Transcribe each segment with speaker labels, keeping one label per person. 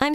Speaker 1: I'm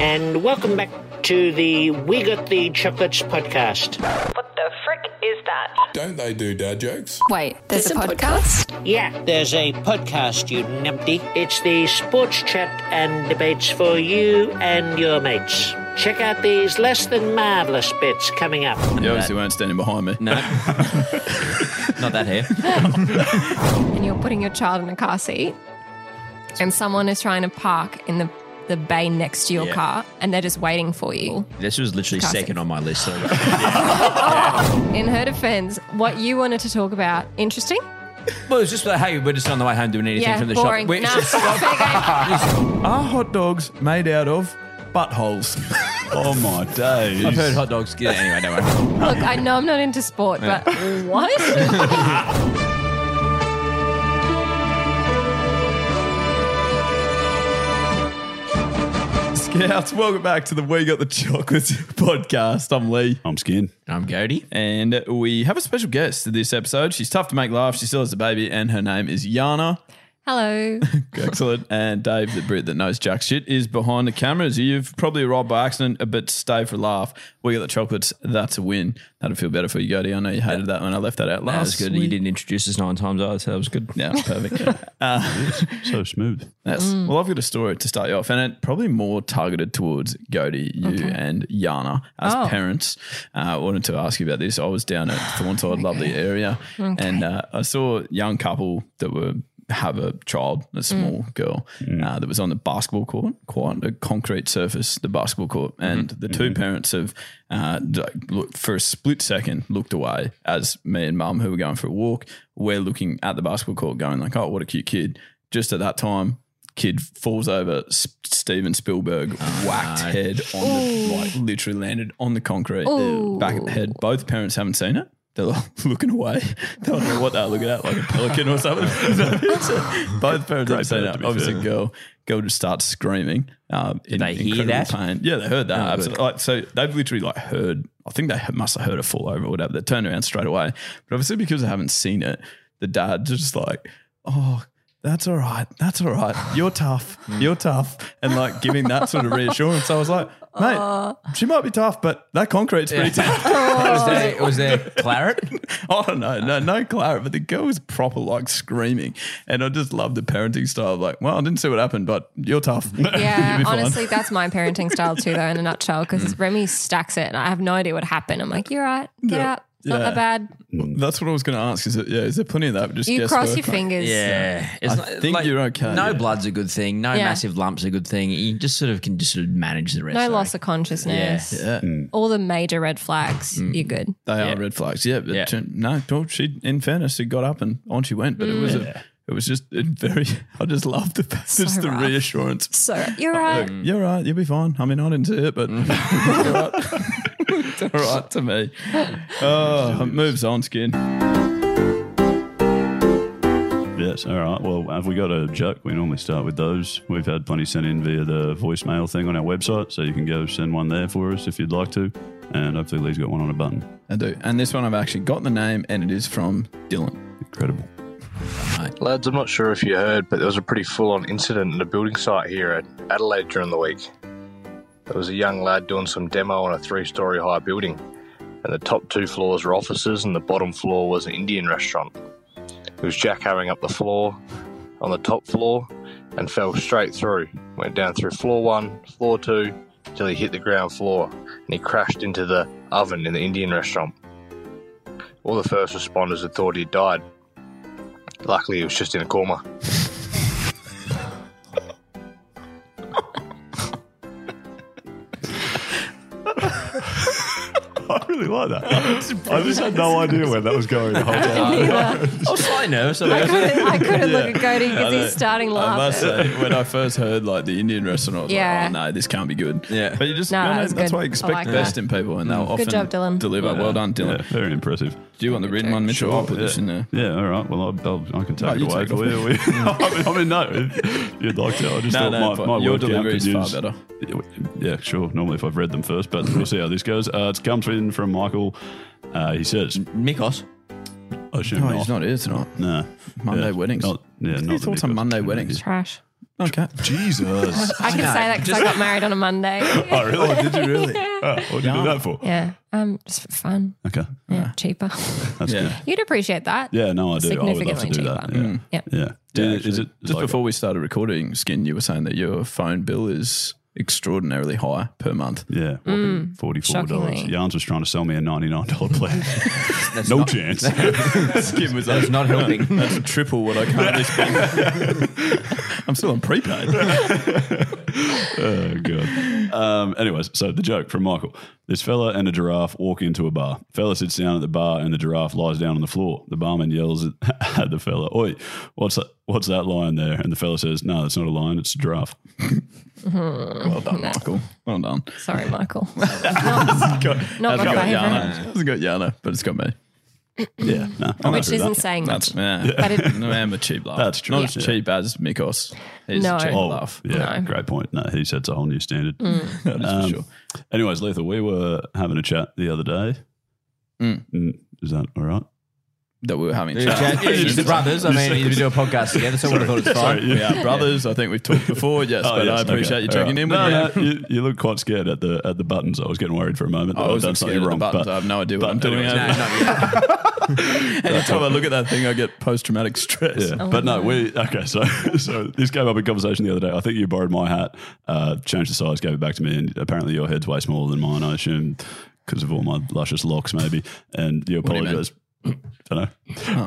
Speaker 2: And welcome back to the We Got the Chocolates podcast.
Speaker 3: What the frick is that?
Speaker 4: Don't they do dad jokes?
Speaker 5: Wait, there's, a, podcast?
Speaker 2: Yeah, there's a podcast, you numpty. It's the sports chat and debates for you and your mates. Check out these less than marvellous bits coming up.
Speaker 6: You obviously weren't standing behind me.
Speaker 7: No. Not that hair.
Speaker 5: And you're putting your child in a car seat, and someone is trying to park in the the bay next to your
Speaker 7: Yeah.
Speaker 5: car, and they're just waiting for you.
Speaker 7: This was literally
Speaker 5: Classic.
Speaker 7: second on my list. So
Speaker 5: In her defense, what you wanted to talk about, interesting?
Speaker 7: well, it's just like, hey, we're just on the way home doing anything
Speaker 5: yeah,
Speaker 7: from the
Speaker 5: boring.
Speaker 7: shop. We're-
Speaker 5: Nah, fair game.
Speaker 6: Are hot dogs made out of buttholes?
Speaker 4: Oh my days.
Speaker 7: I've heard hot dogs. Yeah, anyway, don't worry.
Speaker 5: Look, I know I'm not into sport, but what?
Speaker 6: Scouts, welcome back to the We Got the Chocolates podcast. I'm Lee.
Speaker 4: I'm scared.
Speaker 7: I'm Cody.
Speaker 6: And we have a special guest this episode. She's tough to make laugh. She still has a baby, and her name is Yana.
Speaker 5: Hello.
Speaker 6: Excellent. And Dave, the Brit that knows jack shit, is behind the cameras. You've probably arrived by accident, but stay for a laugh. We got the chocolates. That's a win. That'll feel better for you, Cody. I know you hated that when I left that out last.
Speaker 7: That was good. You
Speaker 6: week.
Speaker 7: didn't introduce us nine times either, so that was good.
Speaker 6: Yeah, perfect.
Speaker 4: So smooth.
Speaker 6: Yes. Well, I've got a story to start you off, and it probably more targeted towards Gody, you, and Yana as
Speaker 5: Oh.
Speaker 6: parents. Uh, I wanted to ask you about this. I was down at Thornside, lovely area, and uh, I saw a young couple that were have a child, a small girl,
Speaker 4: Mm.
Speaker 6: uh, that was on the basketball court, quite a concrete surface, the basketball court,
Speaker 4: Mm-hmm.
Speaker 6: and the 2 parents have, uh, d- like, looked, for a split second, looked away as me and mum, who were going for a walk, we're looking at the basketball court, going like, "Oh, what a cute kid." Just at that time, kid falls over. S- Steven Spielberg
Speaker 7: Ah,
Speaker 6: whacked head on the like literally landed on the concrete back of the head. Both parents haven't seen it. They're like looking away. They don't know what they're looking at, like a pelican or something. Both parents haven't seen
Speaker 4: bird, to
Speaker 6: it.
Speaker 4: be
Speaker 6: Obviously,
Speaker 4: fair.
Speaker 6: girl girl just starts screaming. Um, in
Speaker 7: they hear
Speaker 6: incredible
Speaker 7: that?
Speaker 6: Pain. Yeah, they heard that.
Speaker 7: Oh,
Speaker 6: absolutely. Like, so they've literally like heard. I think they must have heard it fall over or whatever. They turned around straight away. But obviously, because they haven't seen it, the dad's just like, oh. That's all right. That's all right. You're tough.
Speaker 5: Mm.
Speaker 6: You're tough. And like giving that sort of reassurance. I was like, mate, she might be tough, but that concrete's pretty tough.
Speaker 7: was, there, was there claret?
Speaker 6: I don't know. No, no Clara, but the girl was proper like screaming. And I just love the parenting style of like, well, I didn't see what happened, but you're tough. You'll
Speaker 5: Yeah,
Speaker 6: be fine.
Speaker 5: honestly, that's my parenting style too, though, in a nutshell, because
Speaker 7: Mm.
Speaker 5: Remy stacks it and I have no idea what happened. I'm like, you're right, get
Speaker 6: Yeah.
Speaker 5: up. It's Not
Speaker 6: Yeah.
Speaker 5: that bad.
Speaker 6: That's what I was going to ask. Is it, yeah, is there plenty of that? Just
Speaker 5: You cross your
Speaker 6: guesswork, mate?
Speaker 5: fingers.
Speaker 7: Yeah,
Speaker 6: I think you're okay,
Speaker 7: No
Speaker 6: yeah.
Speaker 7: blood's a good thing. No
Speaker 5: Yeah.
Speaker 7: massive lumps a good thing. You just sort of can just sort of manage the rest.
Speaker 5: No
Speaker 7: I
Speaker 5: loss
Speaker 7: reckon.
Speaker 5: of consciousness.
Speaker 6: Yeah. Mm.
Speaker 5: All the major red flags. You're good.
Speaker 6: They are red flags. Yeah, but
Speaker 7: Yeah.
Speaker 6: she- no, well, she in fairness, she got up and on she went. But it was a, it was just a very. I just loved the just the
Speaker 5: rough.
Speaker 6: reassurance.
Speaker 5: So you're right.
Speaker 6: You're right. You'll be fine. I mean, I didn't see it, but
Speaker 4: Mm.
Speaker 6: you're right. it's all right to me. Oh, it moves on, skin.
Speaker 4: Yes. All right. Well, have we got a joke? We normally start with those. We've had plenty sent in via the voicemail thing on our website, so you can go send one there for us if you'd like to. And hopefully, Lee's got one on a button.
Speaker 6: I do. And this one I've actually got the name, and it is from Dylan.
Speaker 4: Incredible.
Speaker 8: Lads, I'm not sure if you heard, but there was a pretty full on incident at a building site here at Adelaide during the week. There was a young lad doing some demo on a three story high building, and the top two floors were offices, and the bottom floor was an Indian restaurant. who was jackhammering up the floor on the top floor and fell straight through. Went down through floor one, floor two, till he hit the ground floor and he crashed into the oven in the Indian restaurant. All the first responders had thought he'd died. Luckily, he was just in a coma.
Speaker 4: I really like that. I just had no idea where that was going the whole time.
Speaker 7: I was slightly nervous.
Speaker 5: I couldn't, I couldn't look at Cody
Speaker 6: I
Speaker 5: because
Speaker 6: know.
Speaker 5: he's starting
Speaker 6: I must
Speaker 5: laughing.
Speaker 6: say, uh, when I first heard like the Indian restaurant, I was
Speaker 5: Yeah.
Speaker 6: like, oh no, this can't be good.
Speaker 7: Yeah.
Speaker 6: But you just,
Speaker 5: No,
Speaker 6: no,
Speaker 5: that
Speaker 6: no,
Speaker 5: was
Speaker 6: that's
Speaker 5: good.
Speaker 6: why
Speaker 5: I
Speaker 6: you expect
Speaker 5: like
Speaker 6: best
Speaker 5: that.
Speaker 6: in people and they'll
Speaker 4: Mm.
Speaker 6: often
Speaker 5: Good job, Dylan.
Speaker 6: deliver. Well done, Dylan.
Speaker 4: Yeah, very impressive.
Speaker 6: Do you want the written one, Mitchell? I'll put this in there.
Speaker 4: Yeah, all right. Well, I'll, I'll, I can take
Speaker 6: Oh,
Speaker 4: it
Speaker 6: you
Speaker 4: away
Speaker 6: take it.
Speaker 4: for you. We- I, mean, I mean, no, if you'd like to. I just
Speaker 6: No,
Speaker 4: thought
Speaker 6: no,
Speaker 4: my,
Speaker 6: but
Speaker 4: my
Speaker 6: your
Speaker 4: word count
Speaker 6: delivery
Speaker 4: could
Speaker 6: is far
Speaker 4: use-
Speaker 6: better.
Speaker 4: Yeah, sure. Normally, if I've read them first, but we'll see how this goes. Uh, it comes in from Michael. Uh, he says,
Speaker 7: Mikos.
Speaker 4: "I assume
Speaker 6: No,
Speaker 4: not."
Speaker 6: he's not here tonight.
Speaker 4: No,
Speaker 6: Monday
Speaker 4: Yeah,
Speaker 6: weddings.
Speaker 4: Not, yeah,
Speaker 6: What are
Speaker 4: not
Speaker 6: your
Speaker 4: the
Speaker 6: thoughts on
Speaker 4: Mikos.
Speaker 6: Monday weddings?
Speaker 5: Trash.
Speaker 6: Okay.
Speaker 4: Jesus.
Speaker 5: I can say that because I got married on a Monday.
Speaker 4: oh, really?
Speaker 6: Did you really?
Speaker 4: Oh, what did you do that for?
Speaker 5: yeah, um, just for fun.
Speaker 4: Okay,
Speaker 5: Yeah, cheaper.
Speaker 4: that's good.
Speaker 6: Yeah.
Speaker 5: You'd appreciate that.
Speaker 4: Yeah, no, I do. I would love to
Speaker 5: Significantly
Speaker 4: do that.
Speaker 5: cheaper.
Speaker 4: Yeah.
Speaker 5: Mm. Yep.
Speaker 4: yeah.
Speaker 6: Yeah,
Speaker 4: Is-
Speaker 6: actually.
Speaker 4: is it
Speaker 6: just
Speaker 4: like-
Speaker 6: before we started recording, Skin? You were saying that your phone bill is extraordinarily high per month.
Speaker 4: Yeah, whopping forty-four dollars.
Speaker 5: shockingly.
Speaker 4: Yarns was trying to sell me a ninety-nine dollar plan.
Speaker 7: That's
Speaker 4: no
Speaker 7: not-
Speaker 4: chance.
Speaker 6: Skin was
Speaker 7: That's not helping.
Speaker 6: That's triple what I currently spend. I'm still on prepaid.
Speaker 4: oh god. Um, anyways, so the joke from Michael: This fella and a giraffe walk into a bar. Fella sits down at the bar, and the giraffe lies down on the floor. The barman yells at, at the fella, "Oi, what's that? What's that lion there?" And the fella says, "No, that's not a lion. It's a giraffe."
Speaker 6: Well done, Michael. Well done.
Speaker 5: Sorry, Michael. Not-
Speaker 6: Got,
Speaker 5: Not
Speaker 6: hasn't
Speaker 5: my
Speaker 6: got
Speaker 5: favourite.
Speaker 6: Yana. Hasn't got Yana, but it's got me.
Speaker 4: Yeah, no, I'm
Speaker 5: which
Speaker 4: happy with
Speaker 5: isn't
Speaker 4: that.
Speaker 5: saying much.
Speaker 6: That's yeah.
Speaker 5: But it-
Speaker 6: no, I'm a cheap laugh.
Speaker 4: That's true.
Speaker 6: Not
Speaker 4: Yeah.
Speaker 6: as cheap as Mikos. He's
Speaker 5: No.
Speaker 6: a cheap
Speaker 5: Oh,
Speaker 6: laugh.
Speaker 4: Yeah,
Speaker 5: No.
Speaker 4: great point. No, he sets a whole new standard.
Speaker 7: Mm.
Speaker 6: That is for
Speaker 4: Um,
Speaker 6: sure.
Speaker 4: Anyways, Lethal, we were having a chat the other day.
Speaker 6: Mm.
Speaker 4: Mm, Is that all right?
Speaker 6: That we were having a
Speaker 7: Chad,
Speaker 6: chat.
Speaker 7: he's the brothers. I
Speaker 4: You
Speaker 7: mean,
Speaker 4: said-
Speaker 7: we do a podcast together, so I would have thought it's
Speaker 4: Sorry,
Speaker 7: fine.
Speaker 4: yeah.
Speaker 6: We are brothers. I think we've talked before. Yes,
Speaker 4: Oh,
Speaker 6: but
Speaker 4: yes,
Speaker 6: I appreciate
Speaker 4: okay,
Speaker 6: you
Speaker 4: alright.
Speaker 6: checking in with
Speaker 4: No,
Speaker 6: me.
Speaker 4: no, you, you look quite scared at the at the buttons. I was getting worried for a moment. that
Speaker 6: I
Speaker 4: I'd
Speaker 6: was
Speaker 4: done
Speaker 6: scared
Speaker 4: something
Speaker 6: of the
Speaker 4: wrong.
Speaker 6: buttons.
Speaker 4: but-
Speaker 6: I have no idea
Speaker 4: but
Speaker 6: what I'm doing.
Speaker 4: anyways,
Speaker 6: over
Speaker 7: No,
Speaker 6: there.
Speaker 7: not yet.
Speaker 6: Anytime I look at that thing, I get post traumatic stress.
Speaker 4: Yeah.
Speaker 5: Oh,
Speaker 7: Oh,
Speaker 4: but no, we okay. So, so this came up in conversation the other day. I think you borrowed my hat, uh, changed the size, gave it back to me, and apparently your head's way smaller than mine. I assume because of all my luscious locks, maybe. And you
Speaker 6: do you mean?
Speaker 4: apologise. I don't know.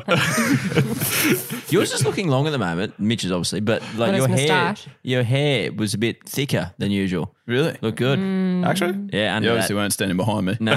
Speaker 7: Yours is looking long at the moment. Mitch's obviously, but like
Speaker 5: his
Speaker 7: your
Speaker 5: moustache.
Speaker 7: hair, your hair was a bit thicker than usual.
Speaker 6: Really? uh,
Speaker 7: Look good.
Speaker 5: Mm.
Speaker 6: Actually?
Speaker 7: Yeah, under
Speaker 6: You obviously
Speaker 7: that.
Speaker 6: weren't standing behind me.
Speaker 7: No,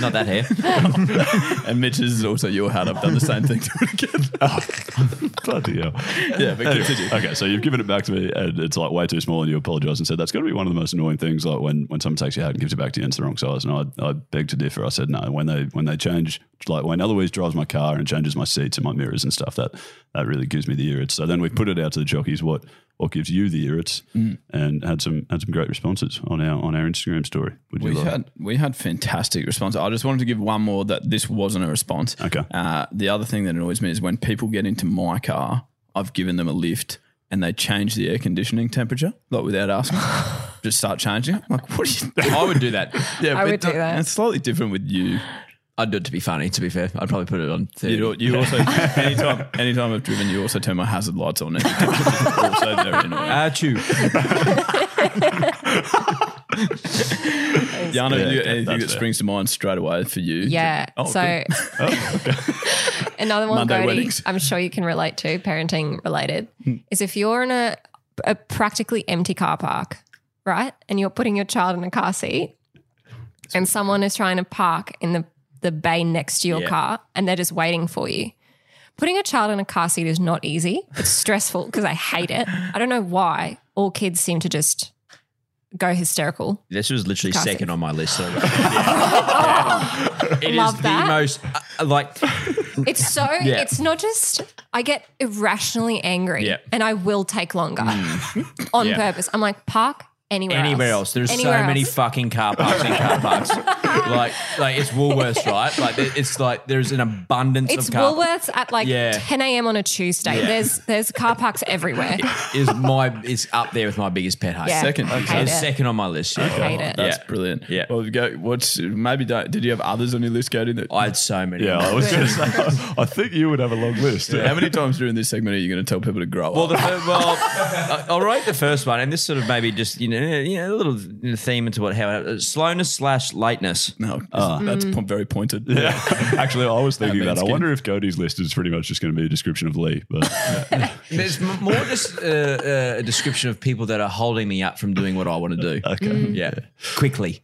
Speaker 7: not that hair.
Speaker 6: And Mitch's is also your hat. I've done the same thing to it again.
Speaker 4: Bloody hell.
Speaker 6: Yeah, but
Speaker 4: Anyway,
Speaker 6: continue.
Speaker 4: okay, so you've given it back to me, and it's like way too small, and you apologise and said that's got to be one of the most annoying things. Like when, when someone takes your hat and gives it back to you, and it's the wrong size. And I I beg to differ. I said no. When they when they change, like when Eloise drives my car and changes my seats and my mirrors and stuff, that that really gives me the irrits. So then we put it out to the jockeys what what gives you the irrits,
Speaker 6: Mm.
Speaker 4: and had some had some great responses on our on our Instagram story. Would you
Speaker 6: We
Speaker 4: like?
Speaker 6: had we had fantastic response. I just wanted to give one more that this wasn't a response.
Speaker 4: Okay.
Speaker 6: Uh, the other thing that annoys me is when people get into my car, I've given them a lift and they change the air conditioning temperature, like without asking. Just start changing. it. I'm like, what? Are you, I would do that. Yeah,
Speaker 5: I
Speaker 6: but
Speaker 5: would do
Speaker 6: th-
Speaker 5: that.
Speaker 6: It's slightly different with you.
Speaker 7: I'd do it to be funny. To be fair, I'd probably put it on. 30.
Speaker 6: You, you also anytime anytime I've driven, you also turn my hazard lights on. It's also very annoying.
Speaker 7: Ah, chew.
Speaker 6: Yana,
Speaker 4: Yeah,
Speaker 6: you
Speaker 4: that-
Speaker 6: anything
Speaker 4: that's fair.
Speaker 6: that springs to mind straight away for you?
Speaker 5: Yeah.
Speaker 6: Oh,
Speaker 5: so
Speaker 6: good.
Speaker 5: another one,
Speaker 6: Monday
Speaker 5: Cody,
Speaker 6: weddings.
Speaker 5: I'm sure you can relate to, parenting related, is if you're in a, a practically empty car park, right? And you're putting your child in a car seat and someone is trying to park in the, the bay next to your
Speaker 6: Yeah.
Speaker 5: car and they're just waiting for you. Putting a child in a car seat is not easy. It's stressful because I hate it. I don't know why all kids seem to just go hysterical.
Speaker 7: This was literally
Speaker 5: Classic.
Speaker 7: second on my list. So It is
Speaker 5: Love
Speaker 7: the
Speaker 5: that.
Speaker 7: most uh, like
Speaker 5: It's so
Speaker 7: Yeah.
Speaker 5: it's not just I get irrationally angry
Speaker 6: Yeah.
Speaker 5: and I will take longer on
Speaker 6: Yeah.
Speaker 5: purpose. I'm like, park anywhere
Speaker 7: Mm. anywhere else. There's so
Speaker 5: Anywhere
Speaker 7: many
Speaker 5: else.
Speaker 7: fucking car parks and car parks. like like it's Woolworths, right? Like it- it's like there's an abundance
Speaker 5: It's
Speaker 7: of car
Speaker 5: Woolworths at like
Speaker 7: Yeah.
Speaker 5: 10 a.m. on a Tuesday.
Speaker 7: Yeah.
Speaker 5: There's there's car parks everywhere.
Speaker 7: Is my is up there with my biggest pet hate.
Speaker 5: Yeah. Second. I hate
Speaker 7: It's
Speaker 5: it.
Speaker 7: second on my list. Yeah.
Speaker 5: hate it.
Speaker 6: That's
Speaker 7: Yeah.
Speaker 6: brilliant.
Speaker 7: Yeah.
Speaker 6: Well, go, what's maybe don't, did you have others on your list, Cody? That,
Speaker 7: I had so many.
Speaker 4: Yeah, I was going to say, I, I think you would have a long list.
Speaker 6: How many times during this segment are you going to tell people to grow
Speaker 7: Well,
Speaker 6: up?
Speaker 7: the fir- well,
Speaker 6: I-
Speaker 7: I'll rate the first one, and this sort of maybe just you know, you know a little theme into what how uh, slowness slash lateness. Uh,
Speaker 6: no, that's po- very pointed.
Speaker 4: Yeah. Actually, I was thinking
Speaker 6: That
Speaker 4: that. I
Speaker 6: means
Speaker 4: wonder if Cody's list is pretty much just going to be a description of Lee. But
Speaker 7: There's
Speaker 4: okay,
Speaker 7: m- more just uh, uh, a description of people that are holding me up from doing what I want to do.
Speaker 6: Mm.
Speaker 7: Yeah, quickly,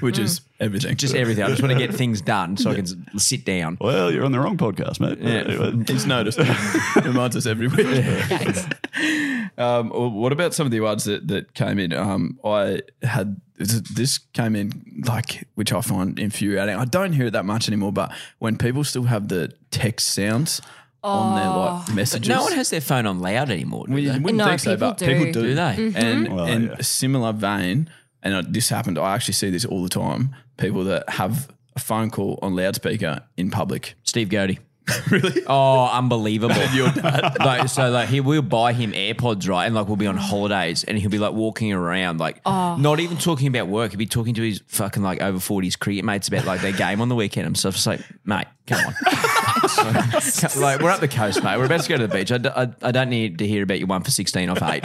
Speaker 6: which is everything.
Speaker 7: just everything. I just want to get things done so I can s- sit down.
Speaker 4: well, you're on the wrong podcast, mate.
Speaker 7: Yeah.
Speaker 4: Anyway.
Speaker 6: He's noticed. Reminds us every week. um, well, what about some of the awards that, that came in? Um, I had this came in like which I find infuriating. I don't hear it that much anymore, but when people still have the text sounds on their like messages,
Speaker 7: no one has their phone on loud anymore. Do
Speaker 6: Well,
Speaker 7: they?
Speaker 6: you wouldn't
Speaker 5: Oh. No,
Speaker 6: think so,
Speaker 5: people
Speaker 6: but
Speaker 5: do. Mm-hmm.
Speaker 6: people do.
Speaker 7: Do they?
Speaker 6: And
Speaker 4: Well,
Speaker 6: in
Speaker 4: yeah.
Speaker 6: a similar vein, and uh, this happened, I actually see this all the time people that have a phone call on loudspeaker in public.
Speaker 7: Steve Godey. really? Oh, unbelievable.
Speaker 6: Your dad.
Speaker 7: like so like he we'll buy him AirPods, right? And like we'll be on holidays and he'll be like walking around, like
Speaker 5: Oh.
Speaker 7: not even talking about work. He'll be talking to his fucking like over forties cricket mates about like their game on the weekend and stuff. It's like, mate, come on. So, come- like we're up the coast, mate. We're about to go to the beach. I, d- I, I don't need to hear about your one for sixteen off eight.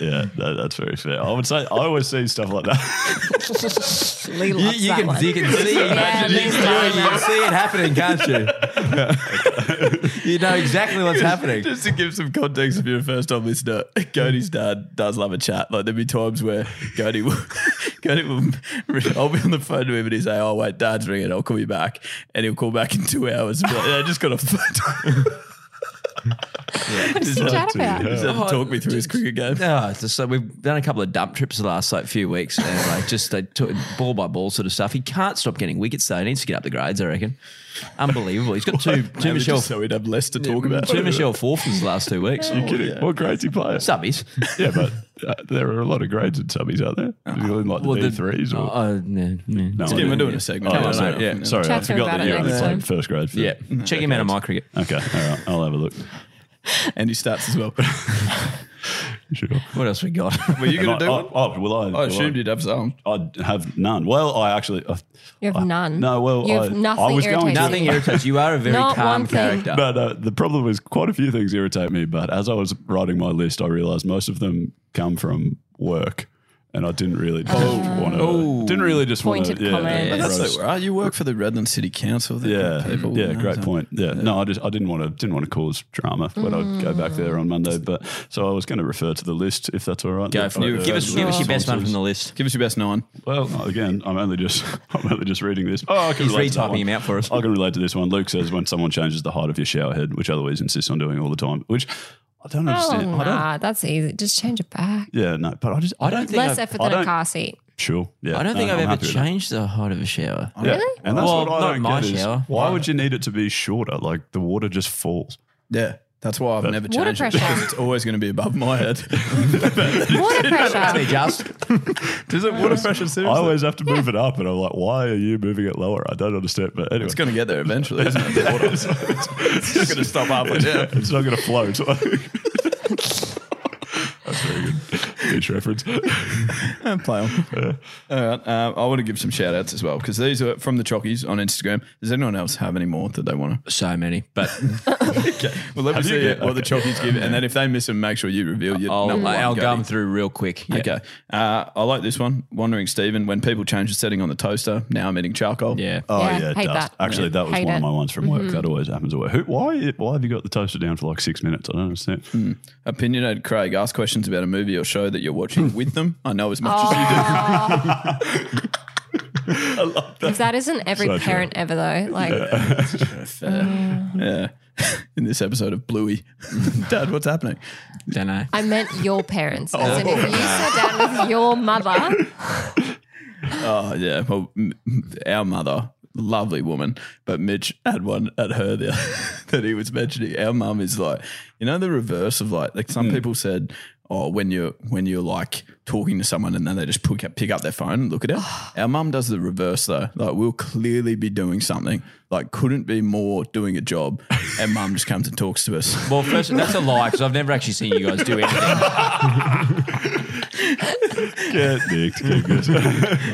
Speaker 4: yeah, that, that's very fair. I would say I always see stuff like that.
Speaker 5: Lee
Speaker 7: you,
Speaker 5: loves
Speaker 7: you
Speaker 5: that
Speaker 7: can
Speaker 5: one.
Speaker 7: you can see it.
Speaker 5: Yeah,
Speaker 7: you,
Speaker 5: Lee's
Speaker 7: can
Speaker 5: done
Speaker 7: you can
Speaker 5: that.
Speaker 7: see it happening, can't you? you know exactly what's happening.
Speaker 6: Just to give some context, if you're a first time listener, Cody's dad does love a chat. Like there'd be times where Cody will, Cody will, I'll be on the phone to him and he'll say, "Oh wait, dad's ringing. I'll call you back," and he'll call back in two hours. And be like, "Yeah, I just got off the phone.
Speaker 5: What is he chat
Speaker 4: Just have to-
Speaker 5: about?
Speaker 4: yeah.
Speaker 6: Just had
Speaker 7: Oh,
Speaker 6: to talk me through his cricket game."
Speaker 7: No, oh, it's just so we've done a couple of dump trips the last like few weeks, and like just they took ball by ball sort of stuff. He can't stop getting wickets though. He needs to get up the grades, I reckon. Unbelievable. He's got two two
Speaker 6: Maybe
Speaker 7: Michelle
Speaker 6: just so we'd have less to talk about.
Speaker 7: two Michelle Forfans the last two weeks.
Speaker 4: You're kidding. What grades he play?
Speaker 7: Subbies.
Speaker 4: Yeah, but uh, there are a lot of grades in subbies, aren't there? Particularly in like the D3s or.
Speaker 7: Oh, no, no.
Speaker 4: No, I
Speaker 6: Again, we're
Speaker 4: don't-
Speaker 6: doing a segment.
Speaker 4: Oh,
Speaker 6: Come on,
Speaker 4: sorry,
Speaker 6: mate.
Speaker 4: yeah, sorry,
Speaker 5: Chat
Speaker 4: I
Speaker 5: to him
Speaker 4: forgot
Speaker 5: about
Speaker 4: that
Speaker 5: it
Speaker 4: you only
Speaker 5: next time.
Speaker 4: played first grade. For
Speaker 7: Yeah, check him out on my cricket.
Speaker 4: Mm. Okay, all right, I'll have a look.
Speaker 6: and he starts as well.
Speaker 4: Sure.
Speaker 7: What else we got?
Speaker 6: Were you going
Speaker 4: Am
Speaker 6: to
Speaker 4: I-
Speaker 6: do
Speaker 4: oh,
Speaker 6: one?
Speaker 4: Oh, will I?
Speaker 6: I
Speaker 4: will
Speaker 6: assumed you'd have some.
Speaker 4: I have none. Well, I actually. uh, I,
Speaker 5: You have
Speaker 4: I-
Speaker 5: none.
Speaker 4: No, well,
Speaker 5: You have
Speaker 4: I,
Speaker 5: nothing
Speaker 4: I was going
Speaker 5: irritates
Speaker 4: to.
Speaker 7: Nothing irritates you. Are a very
Speaker 5: Not
Speaker 7: calm
Speaker 5: one thing.
Speaker 7: character.
Speaker 4: No, no. The problem was quite a few things irritate me, but as I was writing my list, I realized most of them come from work, and I didn't really just want to. Didn't really just want to.
Speaker 5: Pointed comments.
Speaker 4: Yeah,
Speaker 5: Yeah,
Speaker 6: That's
Speaker 4: gross.
Speaker 6: so right. You work for the Redland City Council. They
Speaker 4: yeah,
Speaker 6: put people-
Speaker 4: yeah, great
Speaker 6: so-
Speaker 4: point. Yeah. no, I just I didn't want to didn't want to cause drama when I go back there on Monday, but so I was going to refer to the list if that's all right.
Speaker 7: Go for it.
Speaker 4: Uh,
Speaker 7: Give us, give us your best one from the list.
Speaker 6: Give us your best nine.
Speaker 7: Oh,
Speaker 4: Well, again, I'm only just I'm only just reading this. Oh, I can
Speaker 7: He's
Speaker 4: relate to that
Speaker 7: retyping
Speaker 4: one.
Speaker 7: him out for us.
Speaker 4: I can relate to this one. Luke says when someone changes the height of your shower head, which other ways insists on doing all the time, which I don't
Speaker 5: Oh,
Speaker 4: understand. I don't,
Speaker 5: nah, that's easy. Just change it back.
Speaker 4: yeah, no, but I just I don't think
Speaker 5: Less
Speaker 4: I've-
Speaker 5: effort
Speaker 4: I
Speaker 5: than a
Speaker 4: don't-
Speaker 5: car seat.
Speaker 4: Sure, yeah,
Speaker 7: I don't think
Speaker 4: no,
Speaker 7: I've
Speaker 4: I'm
Speaker 7: ever
Speaker 4: happy with that.
Speaker 7: changed the height of a
Speaker 6: Uh,
Speaker 7: shower.
Speaker 4: Yeah, and that's
Speaker 7: Well,
Speaker 4: what I
Speaker 7: not
Speaker 4: don't
Speaker 7: my
Speaker 4: get is
Speaker 7: shower.
Speaker 4: why would you need it to be shorter? Like the water just falls.
Speaker 6: Yeah. That's why I've never
Speaker 5: Water
Speaker 6: changed it.
Speaker 5: pressure.
Speaker 6: It's always going to be above my head.
Speaker 5: Water
Speaker 7: Hey,
Speaker 5: pressure.
Speaker 7: just
Speaker 6: Does it water pressure seriously?
Speaker 4: I always have to move it up, and I'm like, why are you moving it lower? I don't understand. But anyway,
Speaker 6: it's going to get there eventually, isn't it? The water. it's not going to stop up.
Speaker 4: It's- It's not going to float. That's very good. Niche reference.
Speaker 6: Play on. All right. Um, I want to give some shout outs as well because these are from the Chockies on Instagram. Does anyone else have any more that they want to?
Speaker 7: so many, but
Speaker 6: Okay. Well, let me
Speaker 4: Have you
Speaker 6: see
Speaker 4: get-
Speaker 6: what the Chockies give. And then if they miss them, make sure you reveal your
Speaker 7: I'll,
Speaker 6: number one
Speaker 7: I'll
Speaker 6: Cody.
Speaker 7: gum through real quick. Yeah.
Speaker 6: Okay. Uh, I like this one. Wandering Stephen, when people change the setting on the toaster, now I'm eating charcoal.
Speaker 7: Yeah.
Speaker 4: Oh
Speaker 5: Yeah,
Speaker 4: yeah,
Speaker 5: hate
Speaker 4: dust.
Speaker 5: that.
Speaker 4: Actually, that was
Speaker 5: Hate
Speaker 4: one
Speaker 5: it. Mm-hmm.
Speaker 4: of my ones from work. That always happens at work. Who, why? Why have you got the toaster down for like six minutes? I don't understand.
Speaker 6: Opinionated Craig, ask questions about a movie or show that you're watching with them. I know as much as you do.
Speaker 5: Because Oh. that isn't every
Speaker 4: So true.
Speaker 5: parent ever though. Like
Speaker 6: Yeah. In this episode of Bluey. Dad, what's happening?
Speaker 7: Don't know.
Speaker 5: I meant your parents. As in, if you sat down with your mother,
Speaker 6: Oh, yeah. Well, m- m- our mother, lovely woman, but Mitch had one at her
Speaker 7: Hmm.
Speaker 6: the that he was mentioning. Our mum is like, you know, the reverse of like, like some people said, oh, when you're when you're like talking to someone and then they just pick up, pick up their phone and look at it. Our mum does the reverse though. Like we'll clearly be doing something. Like couldn't be more doing a job, and mum just comes and talks to us.
Speaker 7: Well, first, that's a lie because I've never actually seen you guys do anything.
Speaker 4: Get nicked. Get good.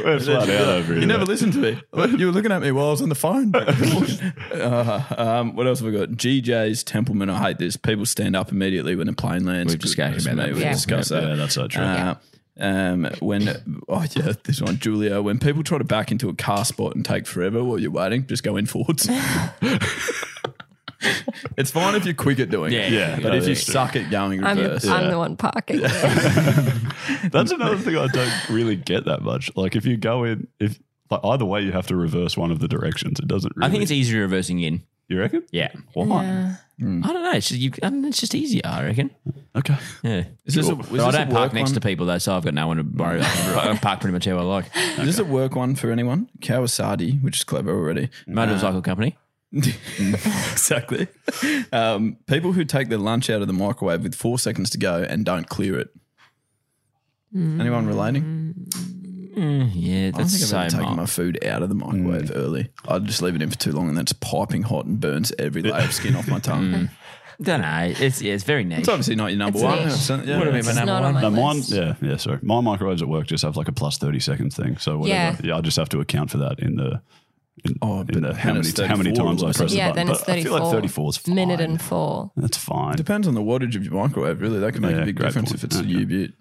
Speaker 4: We're flat out over here.
Speaker 6: You never listened to me. You were looking at me while I was on the phone. Uh, um, what else have we got? GJ's Templeman. I hate this. People stand up immediately when a plane lands.
Speaker 7: We've discussed about that
Speaker 6: We've
Speaker 5: before.
Speaker 6: discussed that.
Speaker 4: Yeah, that's so true.
Speaker 6: Uh, um, when oh yeah, this one, Julia. When people try to back into a car spot and take forever while you're waiting, just go in forwards. it's fine if you're quick at doing it,
Speaker 7: Yeah.
Speaker 6: But if you
Speaker 4: Yeah.
Speaker 6: suck at going
Speaker 5: I'm,
Speaker 6: reverse,
Speaker 5: I'm the one parking.
Speaker 4: That's another thing I don't really get that much. Like if you go in, if like either way, you have to reverse one of the directions. It doesn't. Really,
Speaker 7: I think it's easier reversing in.
Speaker 4: you reckon?
Speaker 7: Yeah.
Speaker 4: Why?
Speaker 7: I don't know. It's just, you, I don't know, it's just easier, I reckon.
Speaker 4: Okay.
Speaker 7: Yeah.
Speaker 6: Is this a-
Speaker 7: But
Speaker 6: is this
Speaker 7: I
Speaker 6: a
Speaker 7: don't park
Speaker 6: work
Speaker 7: next
Speaker 6: one?
Speaker 7: to people, though, so I've got no one to worry about. I park pretty much how I like.
Speaker 6: is this a work one for anyone? Kawasaki, which is clever already.
Speaker 7: Motorcycle company.
Speaker 6: exactly. Um, people who take their lunch out of the microwave with four seconds to go and don't clear it. Anyone relating?
Speaker 7: Yeah,
Speaker 6: I don't
Speaker 7: that's
Speaker 6: think I've
Speaker 7: so
Speaker 6: ever taken
Speaker 7: much.
Speaker 6: my food out of the microwave early. I just leave it in for too long and then it's piping hot and burns every layer of skin off my tongue.
Speaker 7: Don't know. It's yeah, it's very neat.
Speaker 6: It's obviously not your number
Speaker 5: It's
Speaker 6: one.
Speaker 5: niche.
Speaker 6: It's- yeah.
Speaker 7: Would've been
Speaker 5: It's
Speaker 7: number
Speaker 5: not
Speaker 7: one.
Speaker 5: on my
Speaker 4: No, mine,
Speaker 5: list.
Speaker 4: yeah, uh, yeah. Sorry, my microwaves at work just have like a plus thirty seconds thing. So whatever.
Speaker 5: Yeah.
Speaker 4: Yeah, I just have to account for that in the. In,
Speaker 6: Oh,
Speaker 4: in
Speaker 6: but
Speaker 4: the, how
Speaker 6: then
Speaker 4: many
Speaker 6: it's
Speaker 4: how many
Speaker 6: 34
Speaker 4: times I
Speaker 6: all
Speaker 4: press
Speaker 6: of a sudden.
Speaker 4: the
Speaker 5: yeah,
Speaker 4: button?
Speaker 5: then it's
Speaker 4: But I
Speaker 5: 34.
Speaker 4: feel like thirty four is fine.
Speaker 5: Minute and four.
Speaker 4: That's fine.
Speaker 6: Depends on the wattage of your microwave, really. That can make
Speaker 4: Yeah,
Speaker 6: a big
Speaker 4: great
Speaker 6: difference
Speaker 4: point.
Speaker 6: if it's a U-Bit.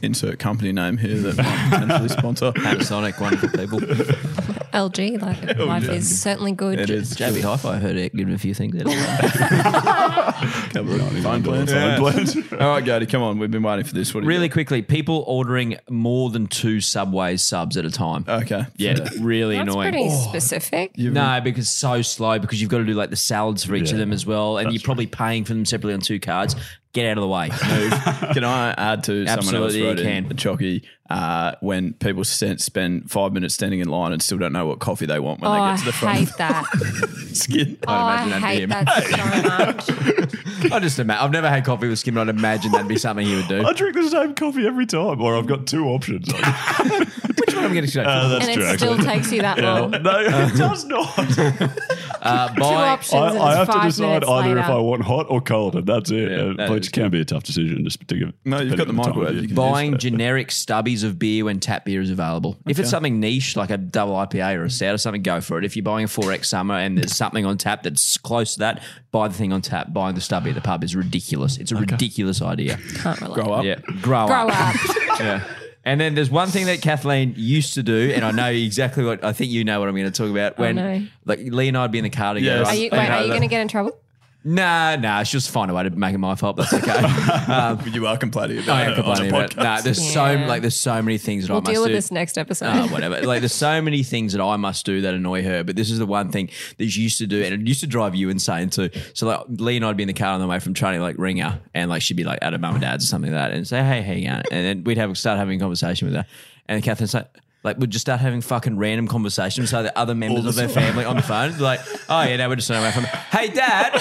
Speaker 6: Insert company name here that might potentially sponsor.
Speaker 7: Panasonic, wonderful people.
Speaker 5: LG, like life is certainly good.
Speaker 6: It is.
Speaker 7: JB Hi-Fi, I heard it. Give him a few things.
Speaker 6: Phone plans.
Speaker 4: Yeah.
Speaker 6: All right, Gody, come on. We've been waiting for this. What do you
Speaker 7: really quickly, people ordering more than two Subway subs at a time.
Speaker 6: got? Okay.
Speaker 7: yeah, really
Speaker 5: That's
Speaker 7: annoying.
Speaker 5: pretty specific.
Speaker 7: No, because so slow because you've got to do like the salads for each of them as well, and you're probably paying for them separately on two cards. Get out of the way. Move.
Speaker 6: Can I add to
Speaker 7: Absolutely, you
Speaker 6: someone else wrote
Speaker 7: can.
Speaker 6: in, Chocky, uh, when people st- spend five minutes standing in line and still don't know what coffee they want when
Speaker 5: oh,
Speaker 6: they
Speaker 5: I
Speaker 6: get to the front
Speaker 5: hate that.
Speaker 6: skin?
Speaker 5: oh, I hate that so much.
Speaker 7: I just imagine. I've never had coffee with Skim, and I'd imagine that'd be something he would do.
Speaker 4: I drink the same coffee every time, or I've got two options. uh,
Speaker 7: Which one am I going to go? for?
Speaker 4: that's
Speaker 5: and
Speaker 4: true.
Speaker 5: it
Speaker 4: actually.
Speaker 5: still takes you that long.
Speaker 4: no, it does not.
Speaker 7: Uh,
Speaker 5: Two
Speaker 7: buy,
Speaker 5: options. and
Speaker 4: I,
Speaker 5: it's
Speaker 4: I have to
Speaker 5: five
Speaker 4: decide
Speaker 5: minutes
Speaker 4: either
Speaker 5: later.
Speaker 4: if I want hot or cold, and that's it.
Speaker 6: Yeah,
Speaker 4: Uh,
Speaker 6: that
Speaker 4: which
Speaker 6: is-
Speaker 4: can be a tough decision. Just to give,
Speaker 6: No, you've got the
Speaker 4: depending on time of
Speaker 6: microwave.
Speaker 4: year.
Speaker 6: You can
Speaker 7: buying generic stubbies of beer when tap beer is available. If it's something niche like a double IPA or a stout or something, go for it. If you're buying a 4X summer and there's something on tap that's close to that, buy the thing on tap. Buying the stubby at the pub is ridiculous. It's a ridiculous idea.
Speaker 5: Can't relate.
Speaker 6: Grow up.
Speaker 7: Yeah, grow,
Speaker 5: Grow
Speaker 7: up.
Speaker 5: up.
Speaker 7: yeah. And then there's one thing that Kathleen used to do, and I know exactly what I think you know what I'm going to talk about. When
Speaker 5: know.
Speaker 7: like Lee and I'd be in the car together.
Speaker 6: Yes.
Speaker 5: Are you, wait, are you going to get in trouble?
Speaker 7: Nah, nah. She'll just find a way to make it my fault. That's okay.
Speaker 6: You are complaining
Speaker 7: I
Speaker 6: about
Speaker 7: am
Speaker 6: it on
Speaker 7: complaining
Speaker 6: a
Speaker 7: about.
Speaker 6: podcast.
Speaker 7: Nah, there's
Speaker 5: Yeah.
Speaker 7: so like there's so many things that I
Speaker 5: We'll
Speaker 7: must
Speaker 5: deal with
Speaker 7: do.
Speaker 5: this next episode.
Speaker 7: Ah, whatever. Like there's so many things that I must do that annoy her, but this is the one thing that she used to do, and it used to drive you insane too. So like Lee and I'd be in the car on the way from training, like ring her, and like she'd be like at her mum and dad's or something like that, and say, hey, how you going? And then we'd have start having a conversation with her, and Catherine's like. Like we'd just start having fucking random conversations with the other members of her family on the phone. Like, oh yeah, no, we're just on our way from. Hey, Dad,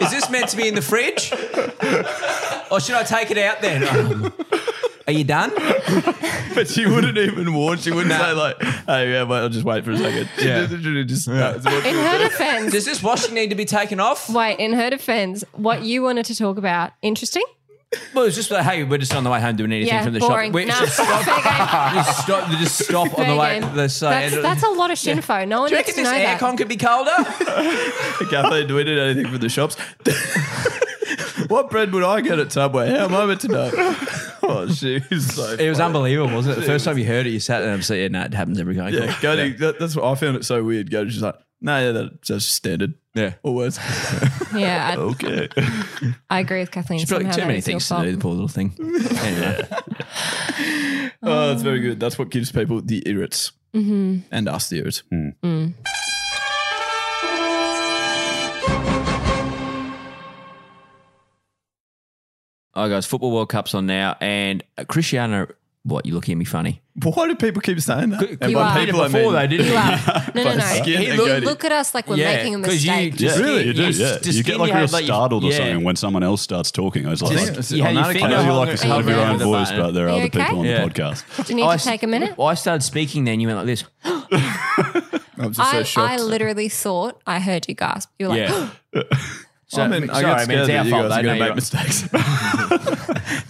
Speaker 7: is this meant to be in the fridge, or Oh, should I take it out then? Um, are you done?
Speaker 6: But she wouldn't even warn. She wouldn't say like, "Hey, yeah, wait, I'll just wait for a second. She
Speaker 7: Yeah.
Speaker 6: just literally just yeah.
Speaker 5: In her defense,
Speaker 7: Does this washing need to be taken off?
Speaker 5: wait, in her defense, what you wanted to talk about, interesting?
Speaker 7: Well, it's just like, hey, we're just on the way home doing anything
Speaker 5: Yeah,
Speaker 7: from the
Speaker 5: boring.
Speaker 7: shop. We-
Speaker 5: Nah,
Speaker 7: just stop,
Speaker 5: fair game.
Speaker 7: just stop, just stop on
Speaker 5: Fair
Speaker 7: the way.
Speaker 5: game.
Speaker 7: Let's say-
Speaker 5: that's, that's a lot of shinfo. No one
Speaker 7: do you
Speaker 5: gets
Speaker 7: reckon this
Speaker 5: to know that.
Speaker 7: aircon could be colder?
Speaker 6: Kathleen, do we need anything from the shops? what bread would I get at Subway? How am I meant to know? oh, she was so.
Speaker 7: it was
Speaker 6: funny.
Speaker 7: unbelievable, wasn't it? The first time you heard it, you sat there and said, yeah, no, it happens every time.
Speaker 6: Yeah, Gody, That, that's what I found it so weird. Gody, she's like, no, yeah, that, that's standard.
Speaker 7: Yeah.
Speaker 6: Always.
Speaker 5: Yeah, I,
Speaker 4: Okay.
Speaker 5: I agree with Kathleen.
Speaker 7: She's probably
Speaker 5: Somehow
Speaker 7: too
Speaker 5: that
Speaker 7: many
Speaker 5: is your
Speaker 7: things to
Speaker 5: fault.
Speaker 7: do, the poor little thing. Anyway,
Speaker 6: oh, that's very good. That's what gives people the irrits
Speaker 5: Mm-hmm.
Speaker 6: and us the irrits.
Speaker 5: Mm.
Speaker 7: Mm. All right, guys, Football World Cup's on now, and uh, Cristiano What you looking at me funny?
Speaker 6: Why do people keep saying that?
Speaker 7: you
Speaker 6: by
Speaker 5: are.
Speaker 6: people, I
Speaker 7: Before
Speaker 6: mean-
Speaker 7: they didn't
Speaker 5: You
Speaker 7: you?
Speaker 5: are. No, no,
Speaker 6: Fucking
Speaker 5: no.
Speaker 6: skin
Speaker 5: You
Speaker 6: and
Speaker 5: look,
Speaker 6: goatee.
Speaker 5: look at us like we're
Speaker 7: Yeah,
Speaker 5: making a
Speaker 7: 'cause you
Speaker 5: mistake.
Speaker 7: just-
Speaker 4: Yeah,
Speaker 7: Really?
Speaker 4: you do.
Speaker 7: You s-
Speaker 4: Yeah,
Speaker 7: just
Speaker 4: you get like
Speaker 7: skin you
Speaker 4: real
Speaker 7: had, like, you-
Speaker 4: startled or
Speaker 7: yeah.
Speaker 4: something when someone else starts talking. I was like,
Speaker 6: Just-
Speaker 4: I-
Speaker 6: It's
Speaker 7: You had
Speaker 6: on
Speaker 7: your
Speaker 6: that
Speaker 7: finger
Speaker 4: I
Speaker 6: occasion.
Speaker 4: know you
Speaker 7: on
Speaker 4: like
Speaker 7: the-
Speaker 4: the sound of your
Speaker 5: Over
Speaker 4: own
Speaker 7: the
Speaker 4: voice,
Speaker 7: button.
Speaker 4: but there are
Speaker 5: Are you
Speaker 4: other people on the
Speaker 5: okay?
Speaker 7: Yeah.
Speaker 4: podcast.
Speaker 5: Do you need
Speaker 7: I
Speaker 5: to
Speaker 7: s-
Speaker 5: take a minute?
Speaker 7: I started speaking, then you went like this.
Speaker 6: I'm just so
Speaker 5: I,
Speaker 6: shocked.
Speaker 5: I literally thought I heard you gasp. You're like,
Speaker 7: Yeah. So,
Speaker 6: I mean, I
Speaker 7: sorry,
Speaker 6: got
Speaker 7: I mean,
Speaker 6: scared
Speaker 7: it's
Speaker 6: that
Speaker 7: our
Speaker 6: you
Speaker 7: fault.
Speaker 6: guys
Speaker 7: They know
Speaker 6: are going to
Speaker 7: you're
Speaker 6: make
Speaker 7: right.
Speaker 6: mistakes.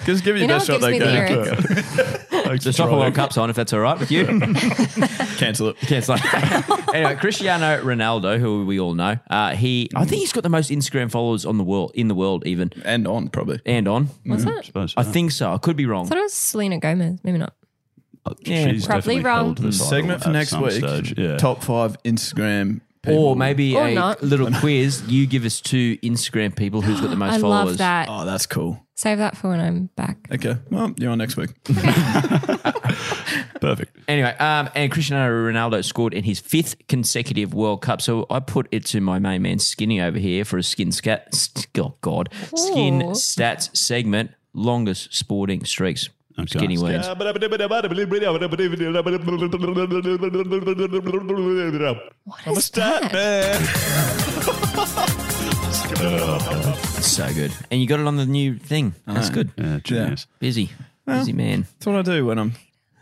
Speaker 6: Just give you,
Speaker 5: You know
Speaker 6: best
Speaker 5: what
Speaker 6: shot they
Speaker 5: gives me the
Speaker 6: can.
Speaker 5: irons?
Speaker 7: The Soccer World Cup's on, if that's all right with you.
Speaker 6: Cancel it.
Speaker 7: Yeah, it's like anyway, Cristiano Ronaldo, who we all know, uh, he I think he's got the most Instagram followers on the world in the world even
Speaker 6: And on, probably.
Speaker 7: and on.
Speaker 5: what's that? I
Speaker 4: Suppose,
Speaker 7: I
Speaker 4: yeah.
Speaker 7: think so. I could be wrong.
Speaker 5: thought it was Selena Gomez. Maybe not.
Speaker 7: Yeah.
Speaker 4: She's
Speaker 5: Probably
Speaker 4: definitely
Speaker 5: wrong.
Speaker 4: held the title
Speaker 6: Segment for
Speaker 4: at
Speaker 6: next
Speaker 4: some
Speaker 6: week.
Speaker 4: stage. Yeah.
Speaker 6: Top five Instagram people.
Speaker 7: Or maybe
Speaker 5: Or
Speaker 7: a
Speaker 5: not.
Speaker 7: little quiz. You give us two Instagram people who's got the most
Speaker 5: I
Speaker 7: followers.
Speaker 5: love that.
Speaker 6: Oh, that's cool.
Speaker 5: Save that for when I'm back.
Speaker 6: Okay. Well, you're on next week.
Speaker 4: Perfect.
Speaker 7: Anyway, um, and Cristiano Ronaldo scored in his fifth consecutive World Cup. So I put it to my main man Skinny over here for a skin scat. st- Oh God, skin
Speaker 5: Ooh.
Speaker 7: stats segment. Longest sporting streaks. Skinny wins.
Speaker 5: What is that?
Speaker 7: It's so good. And you got it on the new thing. That's good.
Speaker 4: Yeah, genius.
Speaker 7: Busy. Busy man.
Speaker 6: That's what I do when I'm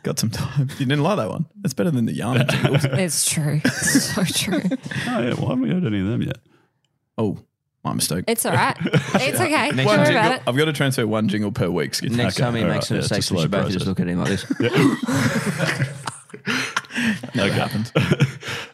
Speaker 6: got some time. You didn't like that one. That's better than the yarn. jingles.
Speaker 5: It's true. It's so true.
Speaker 4: Oh, yeah. Why haven't we heard any of them yet?
Speaker 6: oh, my mistake.
Speaker 5: It's all right. It's okay. Don't
Speaker 6: One
Speaker 5: worry
Speaker 6: jingle-
Speaker 5: about it.
Speaker 6: I've got to transfer one jingle per week. Skid.
Speaker 7: Next
Speaker 4: Okay,
Speaker 7: time he
Speaker 4: all
Speaker 7: makes
Speaker 4: right, yeah,
Speaker 7: a
Speaker 4: it's a
Speaker 7: mistake, we
Speaker 4: slow
Speaker 7: should both
Speaker 4: process.
Speaker 7: just look at him like this.
Speaker 6: Never happened.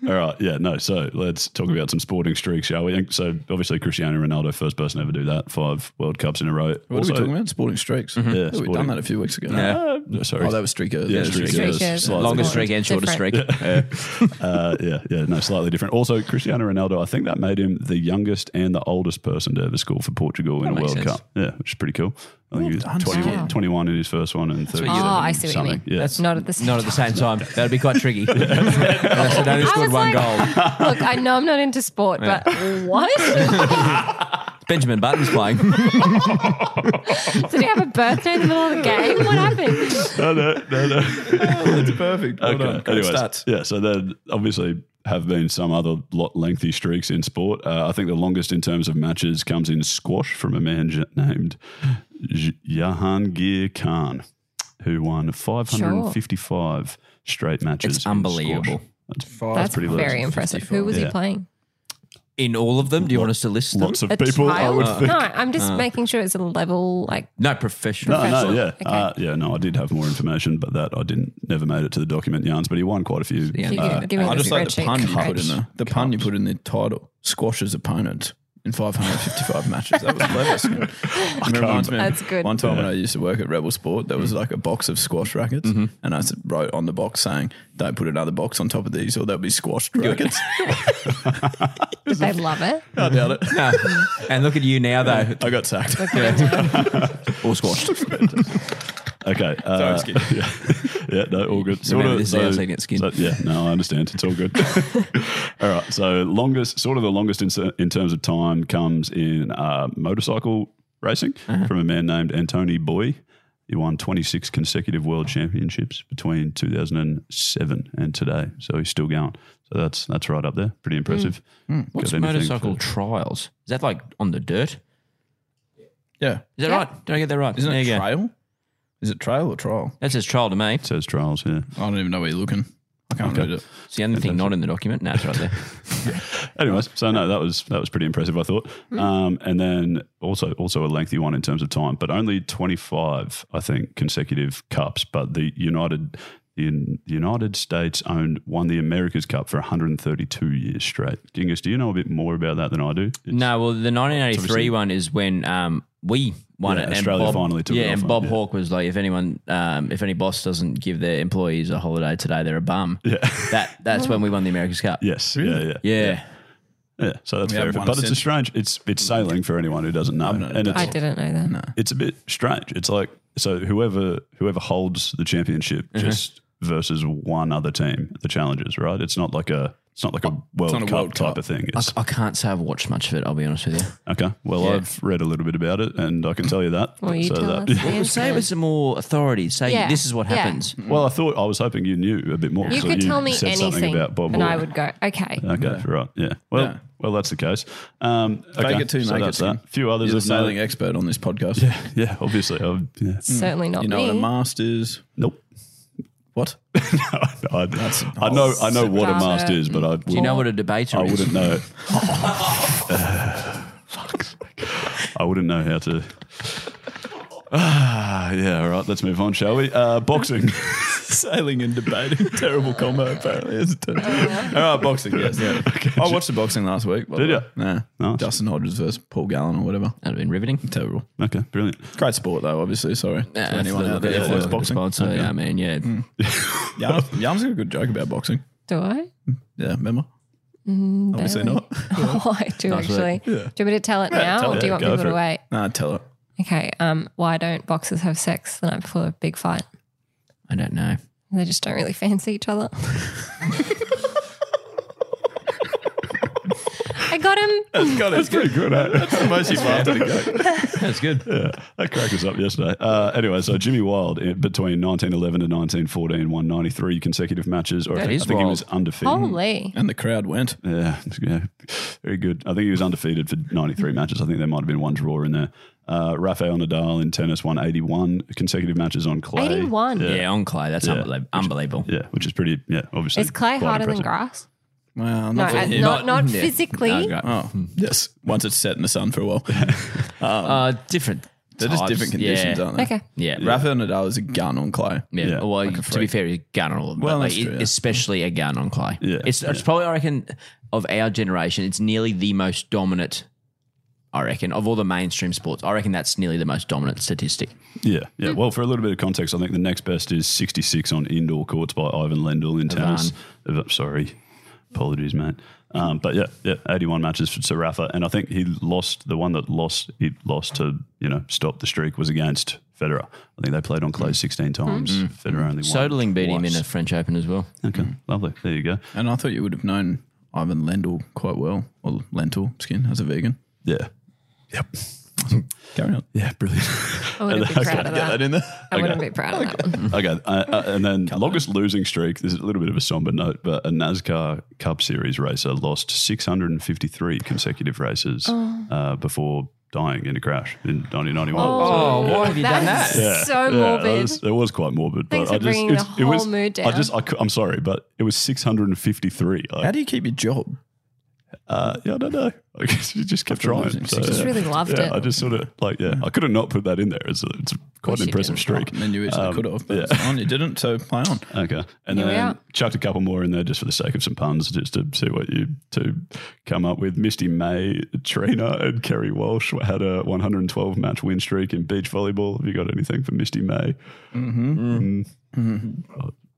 Speaker 4: All right, yeah, no. So let's talk about some sporting streaks, shall we? And So obviously Cristiano Ronaldo, first person to ever do that, five World Cups in a row.
Speaker 6: What
Speaker 4: Also- Mm-hmm.
Speaker 6: are we talking about? Sporting streaks.
Speaker 4: Yeah,
Speaker 6: we've
Speaker 4: sporting.
Speaker 6: done that a few weeks ago.
Speaker 4: Uh, no, sorry.
Speaker 6: Oh, that was streakers.
Speaker 4: yeah,
Speaker 6: streakers.
Speaker 4: streakers.
Speaker 5: Streakers.
Speaker 4: Slightly
Speaker 5: That's
Speaker 7: Longest
Speaker 4: different.
Speaker 7: streak and shortest streak.
Speaker 5: Different.
Speaker 4: Uh, yeah, yeah, no, slightly different. Also, Cristiano Ronaldo, I think that made him the youngest and the oldest person to ever score for Portugal in a
Speaker 6: makes
Speaker 4: World
Speaker 6: sense.
Speaker 4: Cup. Yeah, which is pretty cool. I think
Speaker 6: Well
Speaker 4: he was
Speaker 6: done,
Speaker 4: 20,
Speaker 5: Wow.
Speaker 4: 21 in his first one and 30
Speaker 5: Oh, I see what you mean.
Speaker 4: something. Yeah.
Speaker 7: That's
Speaker 5: Not at the same
Speaker 7: Not at the same time. That'd be quite tricky. Unless it only scored
Speaker 5: was
Speaker 7: one
Speaker 5: like-
Speaker 7: goal.
Speaker 5: Look, I know I'm not into sport, but what?
Speaker 7: Benjamin Button's playing.
Speaker 5: Did he have a birthday in the middle of the game? What happened?
Speaker 4: no, no, no, no.
Speaker 6: That's perfect. Well done.
Speaker 4: Okay.
Speaker 6: Great
Speaker 4: Anyways,
Speaker 6: stats.
Speaker 4: yeah. So there obviously have been some other lot lengthy streaks in sport. Uh, I think the longest in terms of matches comes in squash from a man j- named J- Jahangir Khan, who won 555 straight matches.
Speaker 7: It's
Speaker 4: in
Speaker 7: unbelievable.
Speaker 4: squash. That's
Speaker 5: That's
Speaker 4: pretty
Speaker 5: very
Speaker 4: low.
Speaker 5: impressive. Who was he
Speaker 4: Yeah.
Speaker 5: playing?
Speaker 7: In all of them, do you want us to list them?
Speaker 4: Lots of
Speaker 5: A
Speaker 4: people, I
Speaker 5: child?
Speaker 4: would think.
Speaker 5: No, I'm just making sure it's a level like
Speaker 7: Ah. No, professional.
Speaker 4: No, no,
Speaker 5: Professional.
Speaker 4: yeah,
Speaker 5: Okay.
Speaker 4: uh, yeah, no. I did have more information, but that I didn't. Never made it to the document yarns, but he won quite a few.
Speaker 7: Yeah.
Speaker 5: you
Speaker 7: Uh,
Speaker 5: give- give me
Speaker 6: I
Speaker 5: the
Speaker 6: just like the
Speaker 5: spreadsheet.
Speaker 6: pun you
Speaker 5: Correct.
Speaker 6: put in the, the pun you put in the title. Squashes opponent in 555 matches. That was clever. Skin. It reminds me. of
Speaker 5: That's good.
Speaker 6: One time when I used to work at Rebel Sport, there was like a box of squash rackets, and I s- wrote on the box saying, "Don't put another box on top of these, or they'll be squashed rackets."
Speaker 5: Did they love it?
Speaker 6: I doubt it.
Speaker 7: And look at you now, though.
Speaker 6: I got sacked.
Speaker 7: All squashed.
Speaker 4: Okay. Uh,
Speaker 6: Sorry, Skid.
Speaker 4: Yeah, yeah, no, all good.
Speaker 7: Remember, this is our second skin.
Speaker 4: yeah, no, I understand. It's all good. all right. So longest, sort of the longest in, in terms of time comes in uh, motorcycle racing
Speaker 7: Uh-huh.
Speaker 4: from a man named Antony Boy. He won 26 consecutive world championships between 2007 and today. So he's still going. So that's that's right up there. Pretty impressive.
Speaker 7: What's
Speaker 4: Got anything
Speaker 7: motorcycle
Speaker 4: for-
Speaker 7: trials? Is that like on the dirt?
Speaker 6: Yeah,
Speaker 7: Is that
Speaker 5: Yeah.
Speaker 7: right? Did I get that right?
Speaker 6: isn't
Speaker 7: there
Speaker 6: it
Speaker 7: you go.
Speaker 6: trail? Is it trail or trial?
Speaker 7: That says trial to me.
Speaker 4: Says trials, yeah.
Speaker 6: I don't even know where you're looking. I can't read it.
Speaker 7: It's the only thing not in the document. No, it's right there.
Speaker 4: Anyways, so no, that was that was pretty impressive, I thought. Um, and then also also a lengthy one in terms of time, but only twenty five, I think, consecutive cups. But the United in the United States owned won the America's Cup for 132 years straight. Genghis, do you know a bit more about that than I do? It's-
Speaker 7: No, well, the 1983
Speaker 4: obviously-
Speaker 7: one is when um, we won
Speaker 4: Yeah,
Speaker 7: it.
Speaker 4: Australia
Speaker 7: Bob,
Speaker 4: finally took it
Speaker 7: Yeah,
Speaker 4: off
Speaker 7: and
Speaker 4: them,
Speaker 7: Bob
Speaker 4: yeah.
Speaker 7: Hawke was like, if anyone, um, if any boss doesn't give their employees a holiday today, they're a bum.
Speaker 4: Yeah.
Speaker 7: That that's when we won the America's Cup.
Speaker 4: Yes. Yeah. Yeah.
Speaker 7: Yeah.
Speaker 4: Yeah. So that's
Speaker 6: We
Speaker 4: fair.
Speaker 6: haven't won
Speaker 4: But
Speaker 6: it
Speaker 4: it's a
Speaker 6: since-
Speaker 4: strange. It's it's sailing for anyone who doesn't know,
Speaker 6: I've not
Speaker 4: Um, and
Speaker 6: done
Speaker 4: it's
Speaker 5: I didn't know that.
Speaker 4: it's a bit strange. It's like so whoever whoever holds the championship just versus one other team, the challengers, right? It's not like a It's not like a World
Speaker 6: not a
Speaker 4: Cup
Speaker 6: World
Speaker 4: type
Speaker 6: Cup.
Speaker 4: of thing.
Speaker 7: I,
Speaker 4: It's,
Speaker 7: I can't say I've watched much of it. I'll be honest with you.
Speaker 4: okay. Well,
Speaker 7: Yeah.
Speaker 4: I've read a little bit about it, and I can tell you that.
Speaker 5: Well, you tell us.
Speaker 7: Well, say it with some more authority. Say
Speaker 5: Yeah.
Speaker 7: this is what
Speaker 5: Yeah.
Speaker 7: happens.
Speaker 4: Mm. Well, I thought I was hoping you knew a bit more.
Speaker 5: You
Speaker 4: so
Speaker 5: could tell me
Speaker 4: said
Speaker 5: anything,
Speaker 4: something about Bob.
Speaker 5: and I
Speaker 4: Hawke.
Speaker 5: would go, okay.
Speaker 4: Okay, right. Yeah. Well,
Speaker 6: Yeah.
Speaker 4: well, that's the case. Um,
Speaker 6: Fake
Speaker 4: okay,
Speaker 6: it till you
Speaker 4: so
Speaker 6: make
Speaker 4: that's
Speaker 6: it. Tim.
Speaker 4: that. Few others
Speaker 6: You're the
Speaker 4: have known-
Speaker 6: sailing expert on this podcast.
Speaker 4: Yeah, obviously. I've, yeah.
Speaker 5: Certainly not
Speaker 6: You know
Speaker 5: me.
Speaker 6: what a mast is.
Speaker 4: Nope.
Speaker 6: What? Oh.
Speaker 4: I, I know. I know what a mast
Speaker 5: Data.
Speaker 4: is, but I.
Speaker 7: Do you know what a debater
Speaker 4: I
Speaker 7: is?
Speaker 4: wouldn't know. it. I wouldn't know how to. Ah, yeah. All right. Let's move on, shall we? Uh, boxing.
Speaker 6: Sailing and debating. Terrible combo, apparently. Isn't it?
Speaker 5: Oh,
Speaker 6: All right, boxing. Yes. Yeah.
Speaker 4: Oh,
Speaker 6: I watched the boxing last week. by the
Speaker 4: Did ya?
Speaker 6: way. Nah.
Speaker 4: Nice.
Speaker 6: Justin Hodges versus Paul Gallen or whatever.
Speaker 7: That'd have been riveting.
Speaker 6: Terrible.
Speaker 4: Okay. Brilliant.
Speaker 6: Great sport though, obviously. Sorry
Speaker 7: Yeah,
Speaker 6: to anyone
Speaker 7: that's
Speaker 6: out
Speaker 7: the-
Speaker 6: there.
Speaker 7: that's
Speaker 6: that
Speaker 7: the
Speaker 6: likes boxing. Mm.
Speaker 7: response. So, yeah, I mean, yeah.
Speaker 4: Oh,
Speaker 6: Yarn- Yarn's got a good joke about boxing.
Speaker 5: do I?
Speaker 4: Mm,
Speaker 5: Mm,
Speaker 6: Yeah, remember? Obviously not.
Speaker 5: Oh, I do
Speaker 7: Nice
Speaker 5: actually. Do you want me to tell it now,
Speaker 6: tell
Speaker 5: or
Speaker 6: it.
Speaker 5: do you want
Speaker 4: Go
Speaker 5: people
Speaker 4: for
Speaker 5: to
Speaker 4: it.
Speaker 5: wait?
Speaker 6: Nah, tell it.
Speaker 5: Okay. Um, why don't boxers have sex the night before a big fight?
Speaker 7: I don't know.
Speaker 5: They just don't really fancy each other. I got him.
Speaker 6: God, it's
Speaker 4: Pretty good. eh?
Speaker 6: the most you've laughed at a joke.
Speaker 7: That's good.
Speaker 4: That cracked us up yesterday. Uh, anyway, so Jimmy Wild in, between 1911 and 1914 won 93 consecutive matches, or
Speaker 7: That
Speaker 4: I think-
Speaker 7: is
Speaker 4: I think he
Speaker 7: wild.
Speaker 4: was undefeated.
Speaker 5: Holy.
Speaker 6: And the crowd went.
Speaker 4: Yeah, yeah, very good. I think he was undefeated for 93 matches. I think there might have been one draw in there. Uh, Rafael Nadal in tennis won 81 consecutive matches on clay.
Speaker 5: 81.
Speaker 7: Yeah, on clay. That's
Speaker 4: Yeah.
Speaker 7: unbelie- unbelievable.
Speaker 4: Yeah, which is pretty. Yeah, obviously.
Speaker 5: Is clay
Speaker 4: quite
Speaker 5: harder than
Speaker 4: impressive.
Speaker 5: grass? No,
Speaker 6: Well, not
Speaker 5: uh,
Speaker 6: for him.
Speaker 5: not, not
Speaker 7: Yeah.
Speaker 5: physically.
Speaker 7: No, great.
Speaker 6: Oh, yes. Once it's set in the sun for a while.
Speaker 7: Uh, different.
Speaker 6: They're just
Speaker 7: types.
Speaker 6: different conditions,
Speaker 7: yeah.
Speaker 6: aren't they?
Speaker 5: Okay.
Speaker 7: Yeah. Yeah.
Speaker 6: Rafael Nadal is a gun on clay.
Speaker 7: Yeah.
Speaker 4: Yeah,
Speaker 7: Well, to be fair, he's a gun on all of them.
Speaker 6: Well,
Speaker 7: but,
Speaker 6: that's
Speaker 7: like,
Speaker 6: true,
Speaker 7: it-
Speaker 6: yeah.
Speaker 7: Especially a gun on clay.
Speaker 4: Yeah,
Speaker 7: It's, it's probably, I reckon, of our generation, it's nearly the most dominant, I reckon, of all the mainstream sports. I reckon that's nearly the most dominant statistic.
Speaker 4: Yeah, yeah. Well, for a little bit of context, I think the next best is 66 on indoor courts by Ivan Lendl in tennis. Ev- Sorry, apologies, mate. Um, but yeah, yeah, 81 matches for Sir Rafa, and I think he lost the one that lost. He lost to you know stop the streak was against Federer. I think they played on clay 16 times. Federer only won.
Speaker 7: Soderling beat him in a
Speaker 4: twice.
Speaker 7: French Open as well.
Speaker 4: Okay,
Speaker 5: Mm-hmm.
Speaker 4: lovely. There you go.
Speaker 6: And I thought you would have known Ivan Lendl quite well, or lentil skin as a vegan.
Speaker 4: Yeah,
Speaker 6: Carry on.
Speaker 4: yeah, brilliant.
Speaker 5: I wouldn't be proud of that.
Speaker 6: in there.
Speaker 5: I wouldn't be proud of that one.
Speaker 4: Okay, uh, uh, and then longest losing streak. This is a little bit of a somber note, but a NASCAR Cup Series racer lost 653 consecutive races uh, before dying in a crash in 1991.
Speaker 5: Oh,
Speaker 7: why have you done
Speaker 5: That's so
Speaker 4: Yeah, that
Speaker 5: morbid.
Speaker 4: was- it was quite morbid.
Speaker 5: Thanks
Speaker 4: but
Speaker 5: for
Speaker 4: I just,
Speaker 5: bringing
Speaker 4: it's-
Speaker 5: the
Speaker 4: it was,
Speaker 5: whole mood
Speaker 4: I
Speaker 5: down.
Speaker 4: just, I, cou- I'm sorry, but it was 653. Like,
Speaker 6: How do you keep your job?
Speaker 4: uh, yeah, I don't know. I guess you just kept
Speaker 6: losing
Speaker 4: trying. So,
Speaker 6: six-
Speaker 5: Just
Speaker 4: yeah.
Speaker 5: really loved
Speaker 4: Yeah, I
Speaker 5: it.
Speaker 4: just sort of like, yeah, I could have not put that in there. It's, a, it's quite
Speaker 5: you
Speaker 4: an impressive
Speaker 5: didn't.
Speaker 4: streak. Um,
Speaker 6: And then you easily could have, but it's fine, you didn't, so play on.
Speaker 4: Okay. And
Speaker 5: Here we
Speaker 4: then
Speaker 5: are.
Speaker 4: chucked a couple more in there just for the sake of some puns, just to see what you two come up with. Misty May, Trina, and Kerry Walsh had a 112 match win streak in beach volleyball. Have you got anything for Misty May?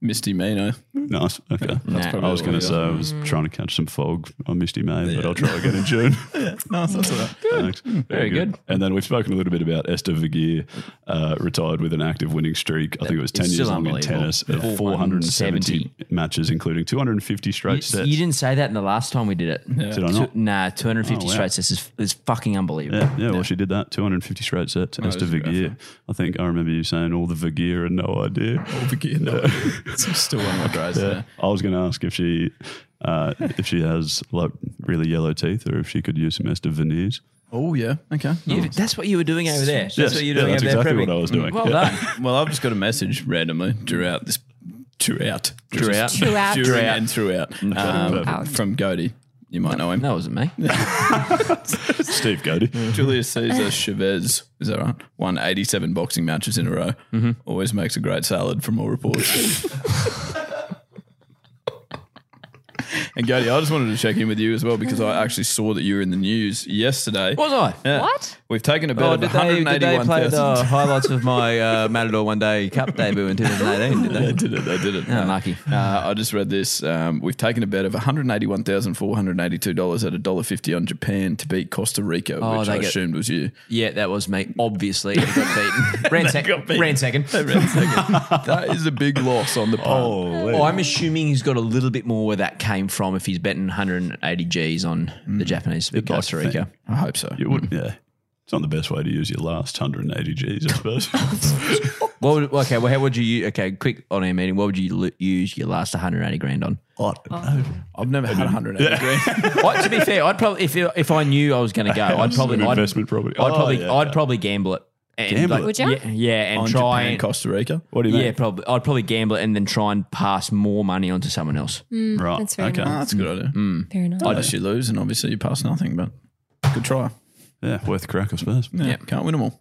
Speaker 6: Misty Mino.
Speaker 4: Nice. Okay.
Speaker 7: Nah.
Speaker 4: I was going to say I was trying to catch some fog on Misty May, but I'll try again in June.
Speaker 6: No, that's all right.
Speaker 4: Thanks. Very
Speaker 7: good.
Speaker 4: And then we've spoken a little bit about Esther Vigier, uh, retired with an active winning streak. I think it was 10
Speaker 7: It's
Speaker 4: years
Speaker 7: still
Speaker 4: long in
Speaker 7: unbelievable.
Speaker 4: tennis, uh,
Speaker 7: Yeah.
Speaker 4: 470 matches, including 250 straight
Speaker 7: You,
Speaker 4: sets.
Speaker 7: you didn't say that in the last time we did it.
Speaker 4: Did I
Speaker 7: Two-
Speaker 4: not?
Speaker 7: nah, 250
Speaker 4: Oh, wow.
Speaker 7: straight sets is, is fucking unbelievable.
Speaker 4: Yeah, yeah, well, she did that 250 straight sets. Esther
Speaker 6: was a good
Speaker 4: Vigier. I think I remember you saying all the Vigier and no idea.
Speaker 6: It's still one of my guys. Yeah.
Speaker 4: I was going to ask if she uh, if she has like really yellow teeth or if she could use some Esther veneers.
Speaker 6: Oh, yeah. Okay.
Speaker 7: You-
Speaker 6: nice.
Speaker 7: that's what you were doing over there. That's
Speaker 4: Yes,
Speaker 7: what you were
Speaker 4: yeah,
Speaker 7: doing
Speaker 4: that's
Speaker 7: over there.
Speaker 4: exactly
Speaker 7: prepping.
Speaker 4: what I was doing.
Speaker 7: Well
Speaker 4: Yeah.
Speaker 7: done.
Speaker 6: Well, I've just got a message randomly throughout this throughout
Speaker 7: Throughout.
Speaker 5: Throughout.
Speaker 6: during
Speaker 7: Throughout.
Speaker 6: and throughout um,
Speaker 5: Throughout.
Speaker 6: from Goaty. You might know him.
Speaker 7: That wasn't me.
Speaker 4: Steve Godey.
Speaker 6: Julius Caesar Chavez, is that right? Won 87 boxing matches in a row.
Speaker 7: Mm-hmm.
Speaker 6: Always makes a great salad from all reports. and Goaty, I just wanted to check in with you as well because I actually saw that you were in the news yesterday.
Speaker 7: Was I?
Speaker 6: Yeah.
Speaker 5: What?
Speaker 6: We've taken a bet
Speaker 7: Oh,
Speaker 6: of
Speaker 7: did they, did they play the
Speaker 6: 181,000.
Speaker 7: highlights of my uh, Matador One Day Cup debut in 2018? Did
Speaker 6: They
Speaker 7: they?
Speaker 6: did it. They did it.
Speaker 7: Unlucky.
Speaker 6: Uh, I just read this. Um, we've taken a bet of one hundred eighty-one thousand four hundred eighty-two dollars at a dollar fifty on Japan to beat Costa Rica,
Speaker 7: Oh,
Speaker 6: which
Speaker 7: they
Speaker 6: I
Speaker 7: get-
Speaker 6: assumed was you.
Speaker 7: Yeah, that was me. Obviously, it got beaten. Ran, sec- ran second.
Speaker 6: that is a big loss on the pun.
Speaker 7: Oh, I'm assuming he's got a little bit more where that came from from if he's betting 180 G's on
Speaker 6: Mm.
Speaker 7: the Japanese with
Speaker 4: like
Speaker 7: Costa
Speaker 4: to think.
Speaker 7: Rica.
Speaker 6: I hope so.
Speaker 4: You would, yeah. It's not the best way to use your last 180 Gs, I suppose.
Speaker 7: What would, okay, well, how would you? u- Okay, quick on air meeting. What would you l- use your last 180 grand on?
Speaker 4: I don't know.
Speaker 6: I've never had 180 grand.
Speaker 7: I, to be fair, I'd probably if if I knew I was going to go, I'd
Speaker 4: It's
Speaker 7: probably
Speaker 4: an
Speaker 7: I'd,
Speaker 4: investment property.
Speaker 7: I'd
Speaker 4: Oh,
Speaker 7: probably
Speaker 4: yeah,
Speaker 7: I'd
Speaker 4: yeah.
Speaker 7: probably gamble it. And
Speaker 4: Gamble it?
Speaker 5: Would ya?
Speaker 7: Yeah, yeah,
Speaker 6: on
Speaker 7: and try
Speaker 6: Japan, eh?
Speaker 7: and
Speaker 6: Costa Rica.
Speaker 4: What do you
Speaker 7: yeah,
Speaker 4: mean?
Speaker 7: probably I'd probably gamble it and then try and pass more money onto someone else.
Speaker 4: right.
Speaker 5: That's very
Speaker 4: okay.
Speaker 6: Ah, that's a good idea.
Speaker 5: Fair enough.
Speaker 4: Mm.
Speaker 6: Unless you lose, and obviously you pass nothing, but good try.
Speaker 4: Yeah, worth a crack, I suppose.
Speaker 6: Yeah, can't win them all.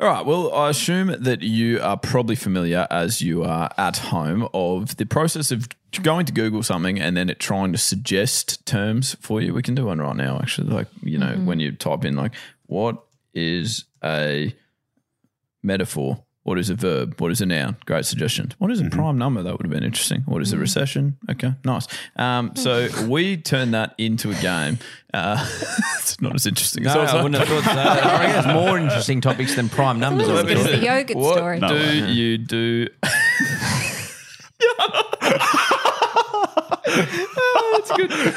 Speaker 6: All right. Well, I assume that you are probably familiar, as you are at home, of the process of going to Google something and then it trying to suggest terms for you. We can do one right now, actually. Like you know, when you type in like, "What is a metaphor? What is a verb? What is a noun?" Great suggestions. What is a prime number? That would have been interesting. What is a recession? Okay, nice. Um, so we turn that into a game. Uh, it's not as interesting. as
Speaker 7: No,
Speaker 6: was
Speaker 7: I wouldn't have thought so. I reckon it's more interesting topics than prime numbers. I
Speaker 5: It's
Speaker 7: would
Speaker 5: just
Speaker 7: have
Speaker 5: the
Speaker 7: thought.
Speaker 5: yogurt
Speaker 6: what
Speaker 5: story.
Speaker 6: do you do? oh, that's good.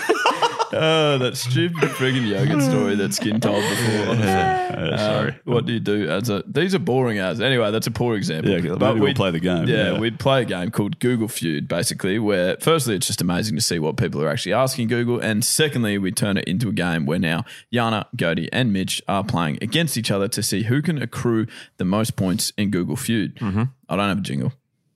Speaker 6: Oh, that stupid friggin' yogurt story that Skin told before. Honestly.
Speaker 4: Uh, sorry.
Speaker 6: Um, What do you do? As a, these are boring as. Anyway, that's a poor example.
Speaker 4: Yeah, maybe we'll
Speaker 6: we'd-
Speaker 4: play the game.
Speaker 6: Yeah,
Speaker 4: Yeah.
Speaker 6: we'd play a game called Google Feud, basically, where firstly, it's just amazing to see what people are actually asking Google. And secondly, we turn it into a game where now Yana, Gody, and Mitch are playing against each other to see who can accrue the most points in Google Feud.
Speaker 4: Mm-hmm.
Speaker 6: I don't have a jingle.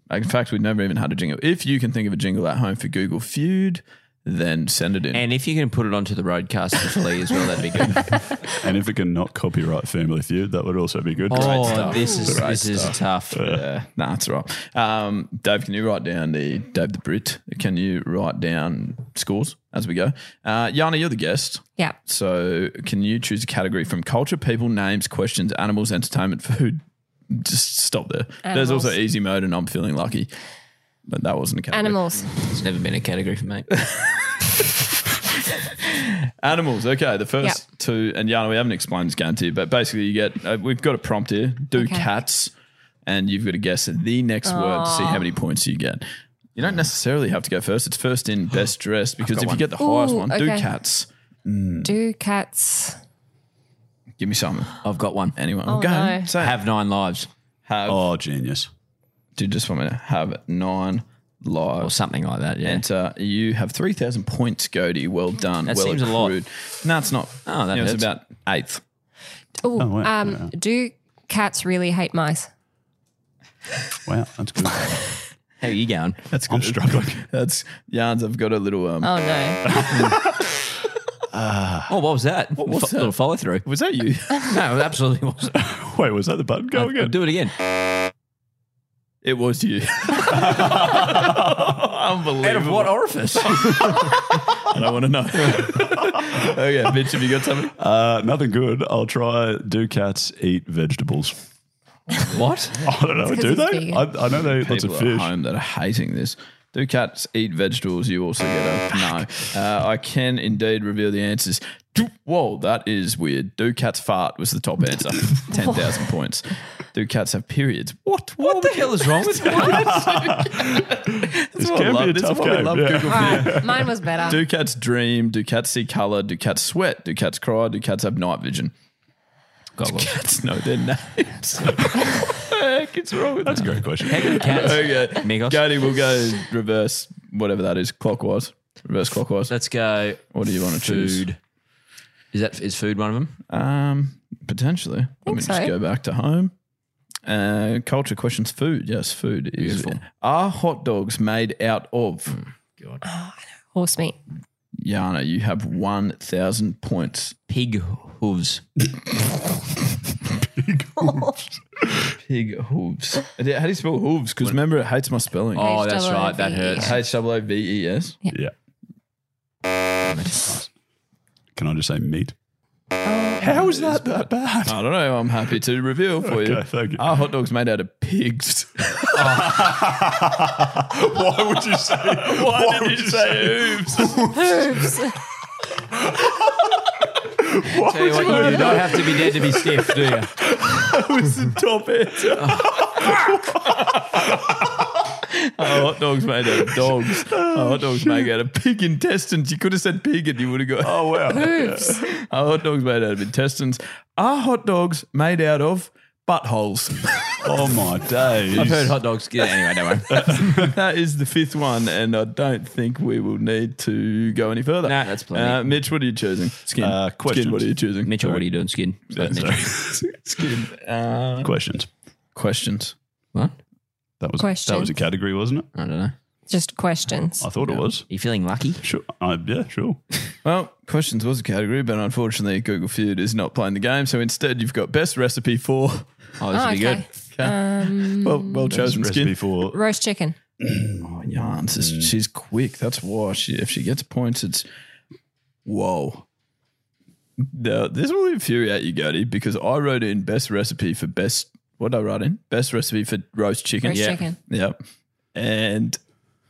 Speaker 6: In fact, we've never even had a jingle. If you can think of a jingle at home for Google Feud, then send it in.
Speaker 7: And if you can put it onto the roadcast for Lee as well, that'd be good.
Speaker 4: And if it can not copyright Family Feud, that would also be good.
Speaker 7: oh, this is
Speaker 6: Great
Speaker 7: this is tough.
Speaker 6: Yeah, nah, that's all right. Um, Dave, can you write down the Dave the Brit? Can you write down scores as we go? Uh, Yana, you're the guest.
Speaker 5: Yeah.
Speaker 6: So can you choose a category from culture, people, names, questions, animals, entertainment, food? Just stop there. There's also
Speaker 5: Animals.
Speaker 6: easy mode, and I'm feeling lucky, but that wasn't a category.
Speaker 5: Animals.
Speaker 7: It's never been a category for me.
Speaker 6: Animals. Okay, the first two, and Yana, we haven't explained this game to you, but basically, you get uh, we've got a prompt here. Do
Speaker 5: Okay.
Speaker 6: cats, and you've got to guess the next word to see how
Speaker 5: Oh.
Speaker 6: many points you get. You don't necessarily have to go first. It's first in, best dressed, because if you get the highest
Speaker 5: Ooh,
Speaker 6: one, do
Speaker 5: okay.
Speaker 6: cats.
Speaker 5: Do cats.
Speaker 6: Give me something.
Speaker 7: I've got one.
Speaker 6: Anyone? go ahead.
Speaker 5: Oh, no.
Speaker 6: Say it.
Speaker 7: Have nine lives
Speaker 6: have.
Speaker 4: Oh, genius.
Speaker 6: Do just one minute. Have nine
Speaker 7: or
Speaker 6: lives.
Speaker 7: something like that. Yeah.
Speaker 6: Enter. You have three thousand points, Goody. Well done.
Speaker 7: That
Speaker 6: well
Speaker 7: seems a lot.
Speaker 6: accrued. No, it's not.
Speaker 7: Oh, that
Speaker 6: You know, it's
Speaker 7: hurts.
Speaker 6: about eighth.
Speaker 5: Ooh,
Speaker 4: Oh, wow.
Speaker 5: um,
Speaker 4: Yeah.
Speaker 5: Do cats really hate mice?
Speaker 4: Wow, that's good.
Speaker 7: How are you going?
Speaker 4: that's good. I'm struggling.
Speaker 6: That's yarns. I've got a little um,
Speaker 5: Oh, no.
Speaker 7: Oh, what was that? What
Speaker 6: was that?
Speaker 7: Little follow through.
Speaker 6: Was that you?
Speaker 7: No, it absolutely wasn't.
Speaker 4: Wait, was that the button? Go again.
Speaker 7: Do it again.
Speaker 6: it was you. Unbelievable.
Speaker 7: Out of what orifice?
Speaker 6: I don't want to know. okay, Mitch, have you got something?
Speaker 4: Uh, nothing good. I'll try. Do cats eat vegetables?
Speaker 7: what?
Speaker 4: I don't know.
Speaker 5: It's 'cause
Speaker 4: Do
Speaker 5: he's
Speaker 4: they?
Speaker 5: vegan.
Speaker 4: I, I know they eat lots of
Speaker 6: People at
Speaker 4: fish.
Speaker 6: home that are hating this. Do cats eat vegetables? You also get a no. Uh, I can indeed reveal the answers. Do- Whoa, that is weird. Do cats fart was the top answer. 10,000 points. Do cats have periods? What?
Speaker 7: What, the hell is wrong with
Speaker 6: That's
Speaker 4: can be a
Speaker 6: That's
Speaker 4: tough
Speaker 6: what we
Speaker 4: game,
Speaker 6: love
Speaker 4: yeah.
Speaker 6: Google for.
Speaker 5: Alright, mine was better.
Speaker 6: Do cats dream? Do cats see color? Do cats sweat? Do cats cry? Do cats have night vision?
Speaker 7: God,
Speaker 6: Do cats know their names? what the heck is wrong with
Speaker 4: That's a great question.
Speaker 7: cats.
Speaker 6: Okay.
Speaker 7: Migos.
Speaker 6: Gary, we'll go reverse, whatever that is, clockwise. Reverse clockwise.
Speaker 7: Let's go.
Speaker 6: What do you wanna choose?
Speaker 7: Food. Is that is food one of them?
Speaker 6: Um, potentially. Let me
Speaker 5: so.
Speaker 6: just go back to home. Uh, culture questions food. Yes, food is.
Speaker 7: Beautiful.
Speaker 6: Are hot dogs made out of?
Speaker 5: Horse meat.
Speaker 6: Yana, you have 1,000 points.
Speaker 7: Pig hooves.
Speaker 6: Pig hooves. How do you spell hooves? Because remember, it hates my spelling.
Speaker 7: Oh, that's right. That hurts.
Speaker 6: H O O V E S.
Speaker 4: Yeah. Can I just say meat? How is that that bad?
Speaker 6: E I don't know. I'm happy to reveal for you.
Speaker 4: Okay, thank you.
Speaker 6: Are hot dogs made out of pigs?
Speaker 4: why would you say? Why, did you say hooves?
Speaker 7: Tell you what, you don't have to be dead to be stiff, do you?
Speaker 6: Top it. Are hot dogs made out of dogs? Are hot dogs made out of pig intestines? You could have said pig and you would have got.
Speaker 4: Oh wow!
Speaker 6: Are hot dogs made out of intestines? Are hot dogs made out of buttholes?
Speaker 4: Oh my days!
Speaker 7: I've heard hot dogs. Yeah, anyway, don't worry.
Speaker 6: that is the fifth one, and I don't think we will need to go any further.
Speaker 7: Nah, that's plenty.
Speaker 6: Uh, Mitch, what are you choosing? Skin.
Speaker 4: Uh,
Speaker 6: Skin,
Speaker 4: questions.
Speaker 6: what are you choosing?
Speaker 7: Mitchell, what are
Speaker 6: Sorry.
Speaker 7: you doing? Skin. Sorry, Mitchell.
Speaker 6: Skin. Uh,
Speaker 4: questions.
Speaker 6: questions.
Speaker 7: What?
Speaker 4: That was that was
Speaker 5: Questions.
Speaker 4: a category, wasn't it?
Speaker 7: I don't know. Are
Speaker 5: Just questions.
Speaker 4: I thought it was.
Speaker 7: you feeling lucky?
Speaker 4: Sure. I, yeah, sure.
Speaker 6: Well, questions was a category, but unfortunately, Google Feud is not playing the game. So instead, you've got best recipe for
Speaker 7: Oh, this
Speaker 5: Oh,
Speaker 7: would be
Speaker 5: okay. Um,
Speaker 7: good.
Speaker 6: well, well chosen
Speaker 4: Recipe
Speaker 6: skin.
Speaker 4: for
Speaker 5: Roast chicken.
Speaker 6: Oh, Jans,
Speaker 4: Mm.
Speaker 6: is- she's quick. That's why she, if she gets points, it's whoa. Now, this will infuriate you, Gertie, because I wrote in best recipe for best. What did I write in? Best recipe for roast chicken.
Speaker 5: Roast Yeah. chicken.
Speaker 6: Yep. And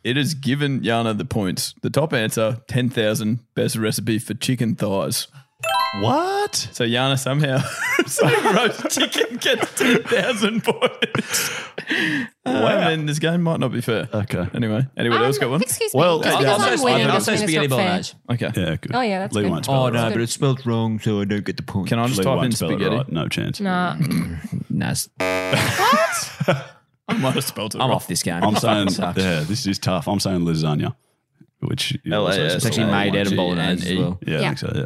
Speaker 6: it has given Yana the points. The top answer, 10,000. Best recipe for chicken thighs.
Speaker 4: what?
Speaker 6: So Yana somehow so roast chicken gets ten thousand points. wow,
Speaker 7: Uh,
Speaker 6: I mean, this game might not be fair.
Speaker 4: Okay.
Speaker 6: Anyway, anyone else got one?
Speaker 5: Um, Excuse me.
Speaker 4: Well,
Speaker 5: just
Speaker 4: okay,
Speaker 5: because
Speaker 4: I'll
Speaker 5: I'm
Speaker 4: say-
Speaker 5: winning
Speaker 4: I'll
Speaker 5: doesn't
Speaker 4: say
Speaker 5: mean it's not fair.
Speaker 6: Okay.
Speaker 4: Yeah. Good.
Speaker 5: Oh, yeah, that's
Speaker 4: Lee
Speaker 5: good.
Speaker 4: won't spell
Speaker 7: Oh,
Speaker 4: it
Speaker 7: no,
Speaker 4: right.
Speaker 7: but it's spelled wrong, so I don't get the point.
Speaker 6: Can I just
Speaker 4: Lee
Speaker 6: type
Speaker 4: won't
Speaker 6: in
Speaker 4: spell
Speaker 6: spaghetti?
Speaker 4: it right. No chance.
Speaker 5: Nah.
Speaker 7: Nah, it's-
Speaker 6: I might have spelled it
Speaker 7: I'm
Speaker 6: wrong.
Speaker 7: off this game.
Speaker 4: I'm saying
Speaker 7: Sucks.
Speaker 4: yeah, this is tough. I'm saying lasagna, which you also
Speaker 6: LAS.
Speaker 7: It's
Speaker 4: spell
Speaker 7: actually
Speaker 6: L A
Speaker 7: made out of
Speaker 6: Y G
Speaker 7: bolognese
Speaker 6: N
Speaker 7: as
Speaker 6: E.
Speaker 7: well.
Speaker 4: Yeah, I
Speaker 5: Yeah.
Speaker 4: think so. Yeah.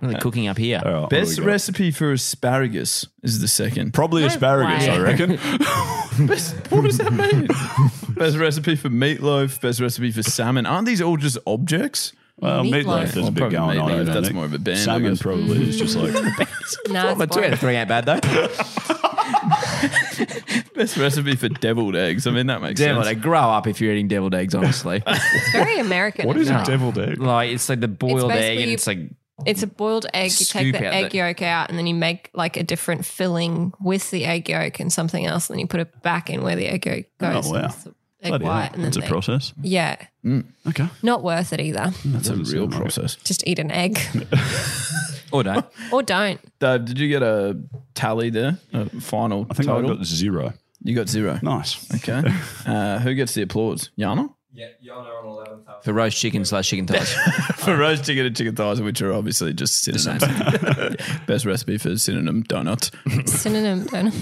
Speaker 7: Really cooking up here.
Speaker 4: All right, what do
Speaker 6: Best
Speaker 4: we got?
Speaker 6: recipe for asparagus is the second.
Speaker 4: Probably asparagus,
Speaker 5: way.
Speaker 4: I reckon.
Speaker 6: Best, what does that mean? Best recipe for meatloaf. Best recipe for salmon. Aren't these all just objects?
Speaker 4: Well,
Speaker 5: Meatloaf.
Speaker 4: meatloaf, there's
Speaker 6: Well,
Speaker 4: a bit
Speaker 6: probably
Speaker 4: going on.
Speaker 6: meatloaf,
Speaker 4: I don't
Speaker 6: that's
Speaker 4: think.
Speaker 6: more of a band, I
Speaker 4: Salmon
Speaker 6: guess.
Speaker 4: probably is just like
Speaker 5: Nah, it's
Speaker 7: But two out
Speaker 5: boring.
Speaker 7: of three ain't bad though.
Speaker 6: Best recipe for deviled eggs. I mean, that makes
Speaker 7: Devil,
Speaker 6: sense.
Speaker 7: they grow up if you're eating deviled eggs. Honestly,
Speaker 5: It's very American.
Speaker 4: what is
Speaker 5: isn't
Speaker 4: a deviled egg?
Speaker 7: like it's like the boiled egg,
Speaker 5: basically
Speaker 7: and
Speaker 5: you-
Speaker 7: it's like
Speaker 5: It's a boiled egg. You take
Speaker 7: Scoop
Speaker 5: the
Speaker 7: out
Speaker 5: egg
Speaker 7: the-
Speaker 5: yolk out and then you make like a different filling with the egg yolk and something else. And then you put it back in where the egg yolk goes.
Speaker 4: Oh, wow.
Speaker 5: and it's the Egg
Speaker 4: Bloody hell,
Speaker 5: white. And then
Speaker 4: That's a
Speaker 5: they-
Speaker 4: process.
Speaker 5: Yeah.
Speaker 7: Mm.
Speaker 4: Okay.
Speaker 5: Not worth it either.
Speaker 6: That's a real process.
Speaker 5: Just eat an egg
Speaker 7: or don't.
Speaker 5: or don't.
Speaker 6: Dave, did you get a tally there? A final
Speaker 4: I think
Speaker 6: total?
Speaker 4: I got zero.
Speaker 6: you got zero.
Speaker 4: Nice.
Speaker 6: Okay. Uh, who gets the applause? Yana?
Speaker 7: For roast chicken slash chicken thighs.
Speaker 6: For roast chicken and chicken thighs, which are obviously just synonyms. Best recipe for synonym donuts.
Speaker 5: Synonym don't.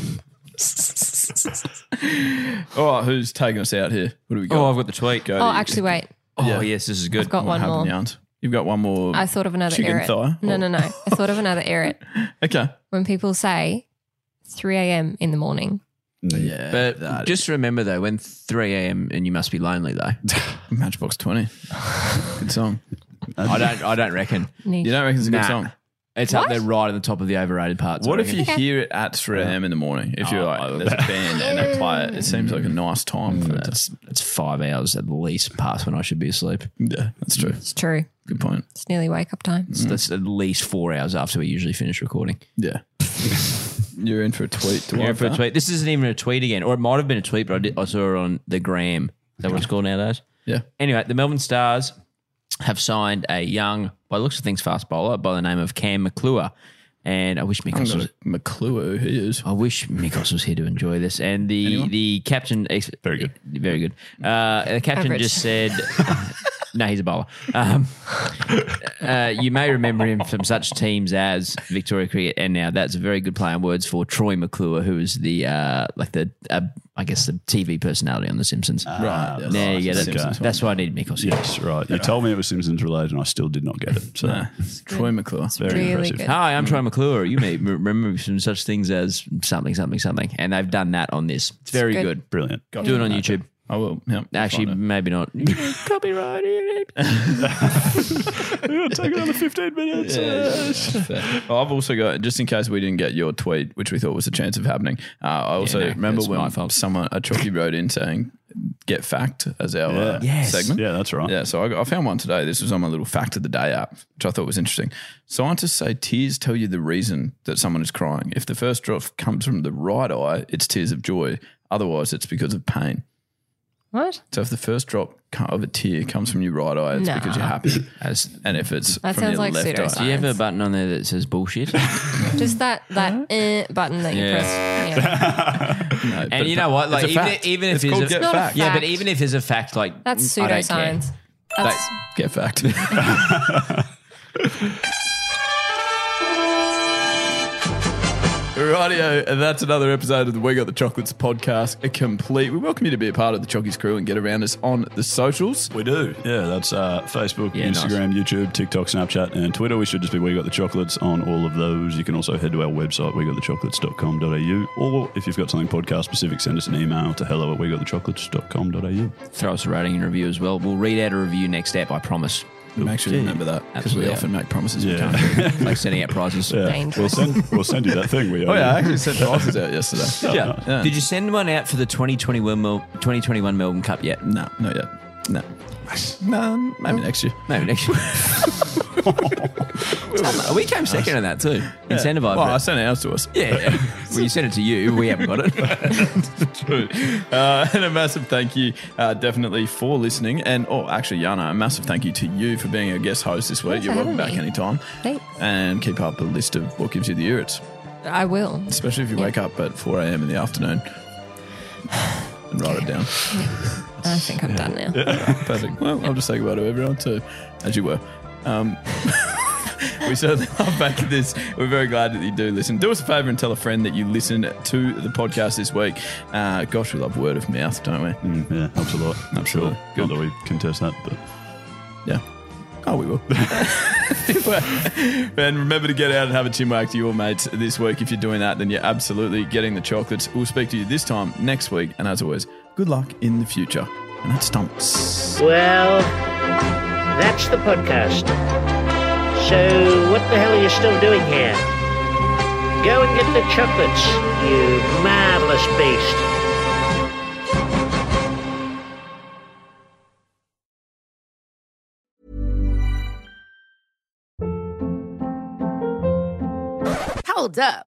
Speaker 6: All right, who's taking us out here? What do we got?
Speaker 7: oh, I've got the tweet.
Speaker 6: Go
Speaker 5: Oh,
Speaker 6: to-
Speaker 5: actually, wait.
Speaker 7: Oh yes, this is good.
Speaker 5: I've got one
Speaker 6: Happen
Speaker 5: more.
Speaker 6: Yarns. You've got one more.
Speaker 5: I thought of another
Speaker 6: Chicken
Speaker 5: error.
Speaker 6: thigh?
Speaker 5: No, no, no.
Speaker 4: Oh.
Speaker 5: I thought of another error.
Speaker 6: okay.
Speaker 5: When people say 3 a.m. in the morning,
Speaker 6: Yeah.
Speaker 7: But
Speaker 6: that-
Speaker 7: just remember though, when 3 a.m. and you must be lonely though.
Speaker 6: Matchbox 20. Good song.
Speaker 7: I don't. I don't reckon.
Speaker 5: niche.
Speaker 6: You don't reckon it's a good
Speaker 7: Nah.
Speaker 6: song?
Speaker 7: It's up there right on the top of the overrated parts. I
Speaker 6: What if
Speaker 7: reckon.
Speaker 6: you hear it at 3 a.m. in the morning? If you're like, Oh, there's a band and they play it, it seems like a nice time for that.
Speaker 7: Mm. That's that's five hours at least past when I should be asleep.
Speaker 6: Yeah, Mm. that's true.
Speaker 5: it's true.
Speaker 6: Good point.
Speaker 5: It's nearly wake up time.
Speaker 7: So that's at least four hours after we usually finish recording.
Speaker 6: Yeah. you're in for a tweet. Do
Speaker 7: You're
Speaker 6: I
Speaker 7: in for a
Speaker 6: that?
Speaker 7: tweet. This isn't even a tweet again, or it might have been a tweet, but I, did, I saw it on the gram. Is that what it's called nowadays?
Speaker 6: Yeah.
Speaker 7: Anyway, the Melbourne Stars have signed a young by the looks of things, fast bowler by the name of Cam McClure. And I wish Mikos
Speaker 6: gonna-
Speaker 7: was McClure. He is. I wish Mikos was here to enjoy this. And the the captain, very good, very good. Uh, the captain
Speaker 6: Average.
Speaker 7: just said, "No, he's a bowler." Um, uh, you may remember him from such teams as Victoria Cricket, and now that's a very good play on words for Troy McClure, who is the uh, like the uh, I guess the TV personality on The Simpsons.
Speaker 4: Right, Ah, that's
Speaker 7: there
Speaker 4: right,
Speaker 7: you
Speaker 4: the
Speaker 7: go.
Speaker 4: Simpsons
Speaker 7: That's,
Speaker 4: one.
Speaker 7: that's why I needed Mikos. here.
Speaker 4: Yes, right. You told me it was Simpsons related, and I still did not get it. So
Speaker 6: Troy McClure.
Speaker 4: very
Speaker 7: Really
Speaker 4: impressive.
Speaker 7: good. Hi, I'm Troy McClure. You may m- remember some such things as something, something, something, and they've done that on this. It's very
Speaker 6: good.
Speaker 7: good.
Speaker 4: brilliant.
Speaker 6: Got
Speaker 7: Do
Speaker 6: it.
Speaker 7: it on YouTube.
Speaker 6: I will. Yeah,
Speaker 7: Actually, maybe not. Copyright.
Speaker 4: We're gonna take another fifteen minutes.
Speaker 6: Yeah, fair. I've also got just in case we didn't get your tweet, which we thought was a chance of happening. Uh, I also
Speaker 7: no,
Speaker 6: remember
Speaker 7: that's my
Speaker 6: when someone a chalky wrote in saying "get fact" as our uh,
Speaker 4: Yeah. Yes.
Speaker 6: segment.
Speaker 4: Yeah, that's right.
Speaker 6: Yeah, so I, got- I found one today. This was on my little fact of the day app, which I thought was interesting. Scientists say tears tell you the reason that someone is crying. If the first drop comes from the right eye, it's tears of joy. Otherwise, it's because of pain.
Speaker 5: What?
Speaker 6: So if the first drop co- of a tear comes from your right eye, it's because you're
Speaker 5: Nah.
Speaker 6: happy. As, and if it's
Speaker 5: That
Speaker 6: from
Speaker 5: sounds
Speaker 6: your
Speaker 5: like
Speaker 6: left eye,
Speaker 7: Do you have a button on there that says bullshit?
Speaker 5: Just that that eh, button that you
Speaker 7: Yeah.
Speaker 5: press. Yeah.
Speaker 7: and you know what? Like even, even if
Speaker 6: it's called
Speaker 7: there's
Speaker 6: get
Speaker 5: Not a
Speaker 6: fact.
Speaker 7: yeah, but
Speaker 5: fact. mm,
Speaker 7: even if there's a fact, like
Speaker 5: That's
Speaker 7: I don't care.
Speaker 5: pseudoscience.
Speaker 6: Like,
Speaker 5: That's
Speaker 6: get fact. Rightio, and that's another episode of the We Got the Chocolates podcast complete. We welcome you to be a part of the Chockies crew and get around us on the socials.
Speaker 4: We do. Yeah, that's uh, Facebook,
Speaker 6: Yeah,
Speaker 4: Instagram, YouTube, TikTok, Snapchat, and Twitter. We should just be We Got the Chocolates on all of those. You can also head to our website, wegotthechocolates.com.au, or if you've got something podcast specific, send us an email to hello at wegotthechocolates.com.au.
Speaker 7: Throw us a rating and review as well. We'll read out a review next step. I promise.
Speaker 6: Make sure you remember that because we
Speaker 7: Absolutely.
Speaker 6: often make promises
Speaker 4: Yeah.
Speaker 6: we can't. keep.
Speaker 7: Like sending out prizes.
Speaker 5: dangerous.
Speaker 4: We'll send, we'll send you that thing. We
Speaker 6: oh
Speaker 4: owe you.
Speaker 6: yeah, I actually sent prices out yesterday.
Speaker 7: Yeah.
Speaker 6: Yeah.
Speaker 7: Did you send one out for the 2021, Mel- 2021 Melbourne Cup yet?
Speaker 6: No, not yet. No. No, Um, maybe next year.
Speaker 7: Maybe next year. we came second in that too. Incentivized.
Speaker 6: Well, I sent ours to us.
Speaker 7: yeah, yeah. well, you sent it to you. We haven't got it.
Speaker 6: True. Uh, and a massive thank you, uh, definitely, for listening. And, oh, actually, Yana, a massive thank you to you for being a guest host this week.
Speaker 5: Thanks
Speaker 6: You're
Speaker 5: for
Speaker 6: welcome back
Speaker 5: having me.
Speaker 6: anytime.
Speaker 5: Thanks.
Speaker 6: And keep up a list of what gives you the irrits,
Speaker 5: I will.
Speaker 6: especially if you wake up at 4 a.m. in the afternoon and write it down.
Speaker 5: I think I'm done now.
Speaker 6: Perfect. Well, I'll just say goodbye to everyone, too, as you were. Um, we certainly love back at this. We're very glad that you do listen. Do us a favor and tell a friend that you listen to the podcast this week. Uh, gosh, we love word of mouth, don't we?
Speaker 4: Mm, yeah, helps a lot. I'm sure.
Speaker 6: Absolutely.
Speaker 4: Not that we can test that, but
Speaker 6: Yeah. Oh, we will. and remember to get out and have a chinwag to your mates this week. If you're doing that, then you're absolutely getting the chocolates. We'll speak to you this time next week. And as always, good luck in the future. And that stumps.
Speaker 2: Well, that's the podcast. So, what the hell are you still doing here? Go and get the chocolates, you marvelous beast.
Speaker 9: Hold up.